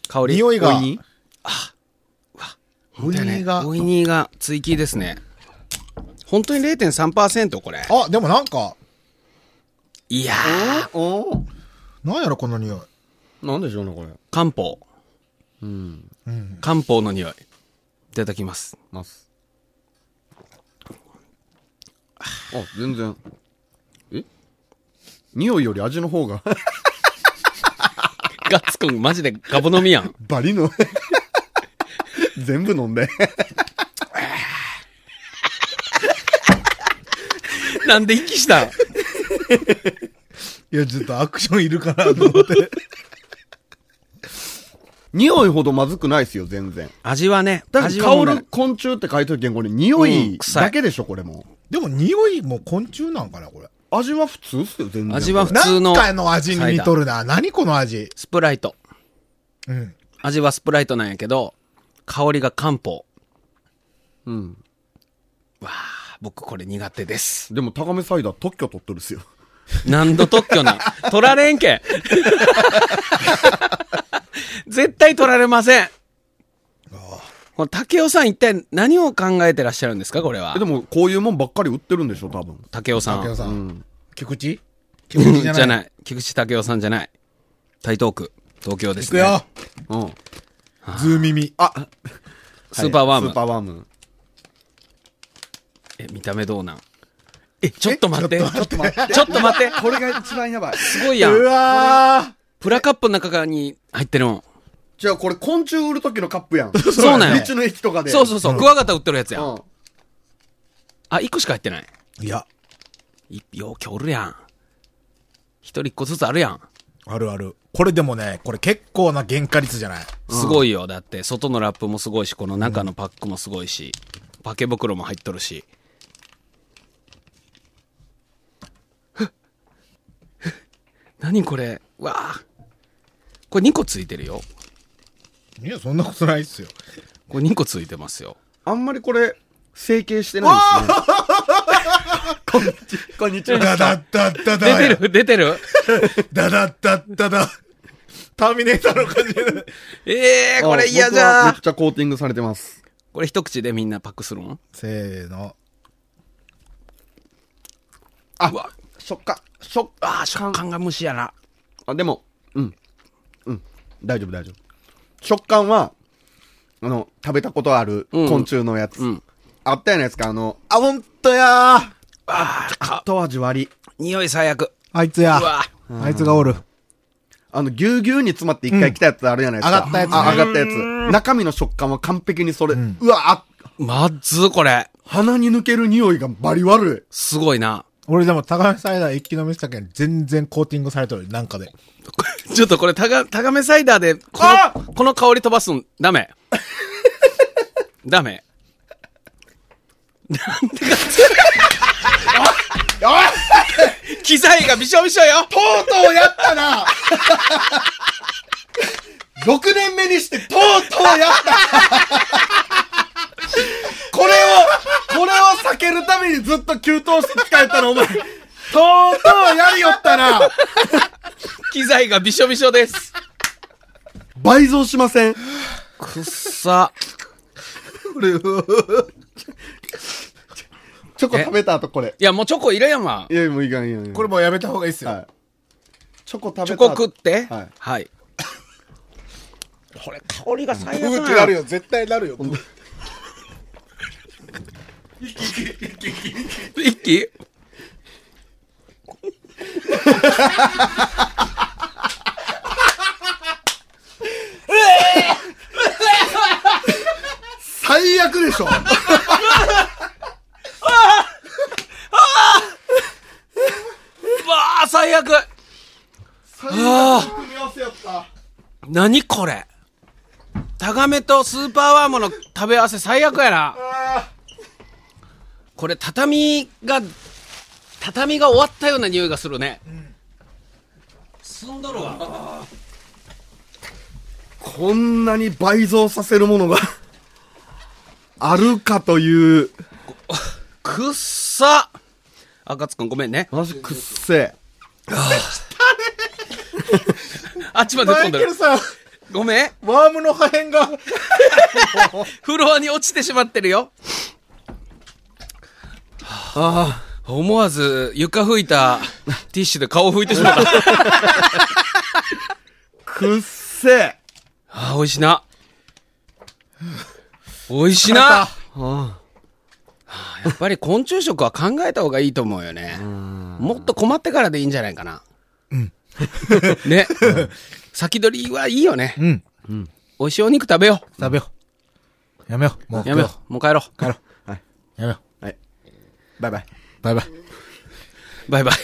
Speaker 3: 香り
Speaker 2: 匂いが
Speaker 4: おいに、
Speaker 3: 本当やね
Speaker 2: ウイニーが
Speaker 3: ウイニーが追記ですね。本当に0.3%これ。
Speaker 2: あ、でもなんか、
Speaker 3: いやー、
Speaker 4: おー
Speaker 2: なんやろ、この匂い。
Speaker 4: なんでしょうね、これ。
Speaker 3: 漢方。うん。漢方の匂い。いただきます。
Speaker 4: ます。あ、全然。え匂いより味の方が。
Speaker 3: ガッツくん、マジでガボ飲みやん。
Speaker 4: バ リの。全部飲んで。
Speaker 3: なんで息した
Speaker 2: い
Speaker 3: ん
Speaker 2: や、ちょっとアクションいるかなと思って。
Speaker 4: 匂いほどまずくないですよ、全然。
Speaker 3: 味はね、
Speaker 4: だって
Speaker 3: 味は
Speaker 4: 香
Speaker 3: もうね
Speaker 4: る昆虫って書いとるけん、これ匂
Speaker 3: うん
Speaker 4: い
Speaker 3: 臭い
Speaker 4: だけでしょ、これも。
Speaker 2: でも匂いも昆虫なんかな、これ。
Speaker 4: 味は普通っすよ、全然。
Speaker 3: 味は
Speaker 4: こ
Speaker 3: 普
Speaker 4: れ
Speaker 3: 通の
Speaker 2: なんかの味に似とるな。何この味。
Speaker 3: スプライト。
Speaker 2: うん。
Speaker 3: 味はスプライトなんやけど、香りが漢方。
Speaker 4: うん。
Speaker 3: わあ、僕これ苦手です。
Speaker 4: でも高めサイダー特許取ってるっすよ。
Speaker 3: 何度特許なん取られんけん。絶対取られません。この竹雄さん一体何を考えてらっしゃるんですかこれは
Speaker 4: えで。もこういうもんばっかり売ってるんでしょ、多分。
Speaker 3: 竹雄さ
Speaker 2: 竹雄
Speaker 3: ん。
Speaker 2: さん。菊池菊池
Speaker 3: じ
Speaker 2: じゃ
Speaker 3: ゃ
Speaker 2: ない。
Speaker 3: ない。菊池竹雄さんじゃない。台東区、東京で
Speaker 2: 行
Speaker 3: す
Speaker 2: く
Speaker 3: ね。
Speaker 2: よ。
Speaker 4: うん。
Speaker 2: ズー耳。
Speaker 4: あ、
Speaker 3: スーパーワーム
Speaker 4: スー。パーワーム。
Speaker 3: え、見た目どうなんえ、ちょっと待って。ちょ
Speaker 5: ちょっと待って。
Speaker 3: っと待って。
Speaker 5: これが一番やばい。
Speaker 3: すごいや。
Speaker 2: うんわ
Speaker 3: プラカップの中に入ってるもん。
Speaker 4: じゃあこれ昆虫売る時のカップやん。
Speaker 3: そうなんや
Speaker 4: 道の駅とかで。
Speaker 3: そうそうそう。クワガタ売ってるやつやん。
Speaker 4: ん。
Speaker 3: あ、一個しか入ってない。
Speaker 2: ーいや、
Speaker 3: いよう、今日おるやん。一人一個ずつあるやん。
Speaker 2: あるある。これでもね、これ結構な原価率じゃない。
Speaker 3: すごいよ。だって、外のラップもすごいし、この中のパックもすごいし、パケ袋も入っとるし。 何これわあ。これ2個ついてるよ。
Speaker 2: いや、そんなことないっ すよ。
Speaker 3: これ2個ついてますよ。
Speaker 4: あんまりこれ、整形してないですね。こんにちこんにち
Speaker 2: ダダッダッダダ
Speaker 3: 出
Speaker 2: や
Speaker 3: てる出てる
Speaker 2: ダダッダッダダ。ターミネーターの感じで。
Speaker 3: ええー、これ嫌じ
Speaker 4: 僕は
Speaker 3: ゃ
Speaker 4: め
Speaker 3: ん
Speaker 4: っちゃコーティングされてます。
Speaker 3: これ一口でみんなパックするん
Speaker 2: せーの。
Speaker 4: あ
Speaker 3: うわ、
Speaker 4: 食感、食感。
Speaker 3: ああ、食感が虫やな。
Speaker 4: あ、でも、うん。うん。大丈夫、大丈夫。食感は、あの、食べたことある
Speaker 3: うん
Speaker 4: 昆虫のやつ。
Speaker 3: ん
Speaker 4: あったやないですか、あの、
Speaker 2: あ、ほんとやー。
Speaker 3: ああ、か、
Speaker 4: 後味割り。
Speaker 3: 匂い最悪。
Speaker 2: あいつや
Speaker 3: う。わ
Speaker 2: あいつがおる。
Speaker 4: あの、ぎゅうぎゅうに詰まって一回来たやつあるやないですか。
Speaker 2: うん上がったやつね
Speaker 4: あ上がったやつ。中身の食感は完璧にそれ。うわ、あ、
Speaker 3: まっずー、これ。
Speaker 4: 鼻に抜ける匂いがバリ悪
Speaker 3: すごいな。
Speaker 2: 俺でも、高めサイダー一気飲みしたけん、全然コーティングされてる。なんかで。
Speaker 3: ちょっとこれ、たが、タガメサイダーで、この、この香り飛ばすん、ダ メ。ダメ。なんでか、おい機材がびしょびしょよ
Speaker 4: い。とうとうやったな !6 年目にして、とうとうや ったこれを、これを避けるためにずっと給湯室使えたの、お前。とうとうやりよったな
Speaker 3: 機材がびしょびしょです。
Speaker 4: 倍増しません
Speaker 3: くっさ。
Speaker 4: チョコ食べた後これ。
Speaker 3: いや、もうチョコ入れやんわ
Speaker 4: い。や、もういかん、いかんいかん。
Speaker 2: これもうやめた方がいいっすよ。
Speaker 4: はい。チョコ食べた後
Speaker 3: チョコ食って。は
Speaker 4: はいい。
Speaker 3: これ、香りが最
Speaker 2: ブ
Speaker 3: 悪な
Speaker 2: ー
Speaker 3: の
Speaker 2: チなるよ。絶対なるよ。
Speaker 3: 一気
Speaker 4: 最悪でしょ
Speaker 3: うわあ、最悪
Speaker 4: 最悪組み合わせやった。
Speaker 3: 何これタガメとスーパーワームの食べ合わせ最悪やな。これ畳が、畳が終わったような匂いがするね。すんどるわ。
Speaker 4: こんなに倍増させるものが、 あるかという。
Speaker 3: くっさ赤津くんごめんね。
Speaker 4: マジくっせ
Speaker 3: あっちまで
Speaker 2: マ
Speaker 3: 飛
Speaker 2: イ
Speaker 3: ん
Speaker 2: ケ
Speaker 3: で
Speaker 2: ル
Speaker 3: る。
Speaker 2: さん、
Speaker 3: ごめん。
Speaker 2: ワームの破片が。
Speaker 3: フロアに落ちてしまってるよ。ああ、思わず床拭いたティッシュで顔を拭いてしまった。
Speaker 4: くっせ
Speaker 3: ああ、美味しな。美味しな。ああやっぱり昆虫食は考えた方がいいと思うよね。もっと困ってからでいいんじゃないかな。うん。 ね。先取りはいいよね。
Speaker 2: ん
Speaker 3: 美味しいお肉食べよ
Speaker 2: 食べよう。やめよう。もう
Speaker 3: う。やめよう。もう帰ろう。
Speaker 2: 帰ろう。やめよ
Speaker 4: はい。バイバイ。
Speaker 2: う。バイバイ。
Speaker 3: バイバイ。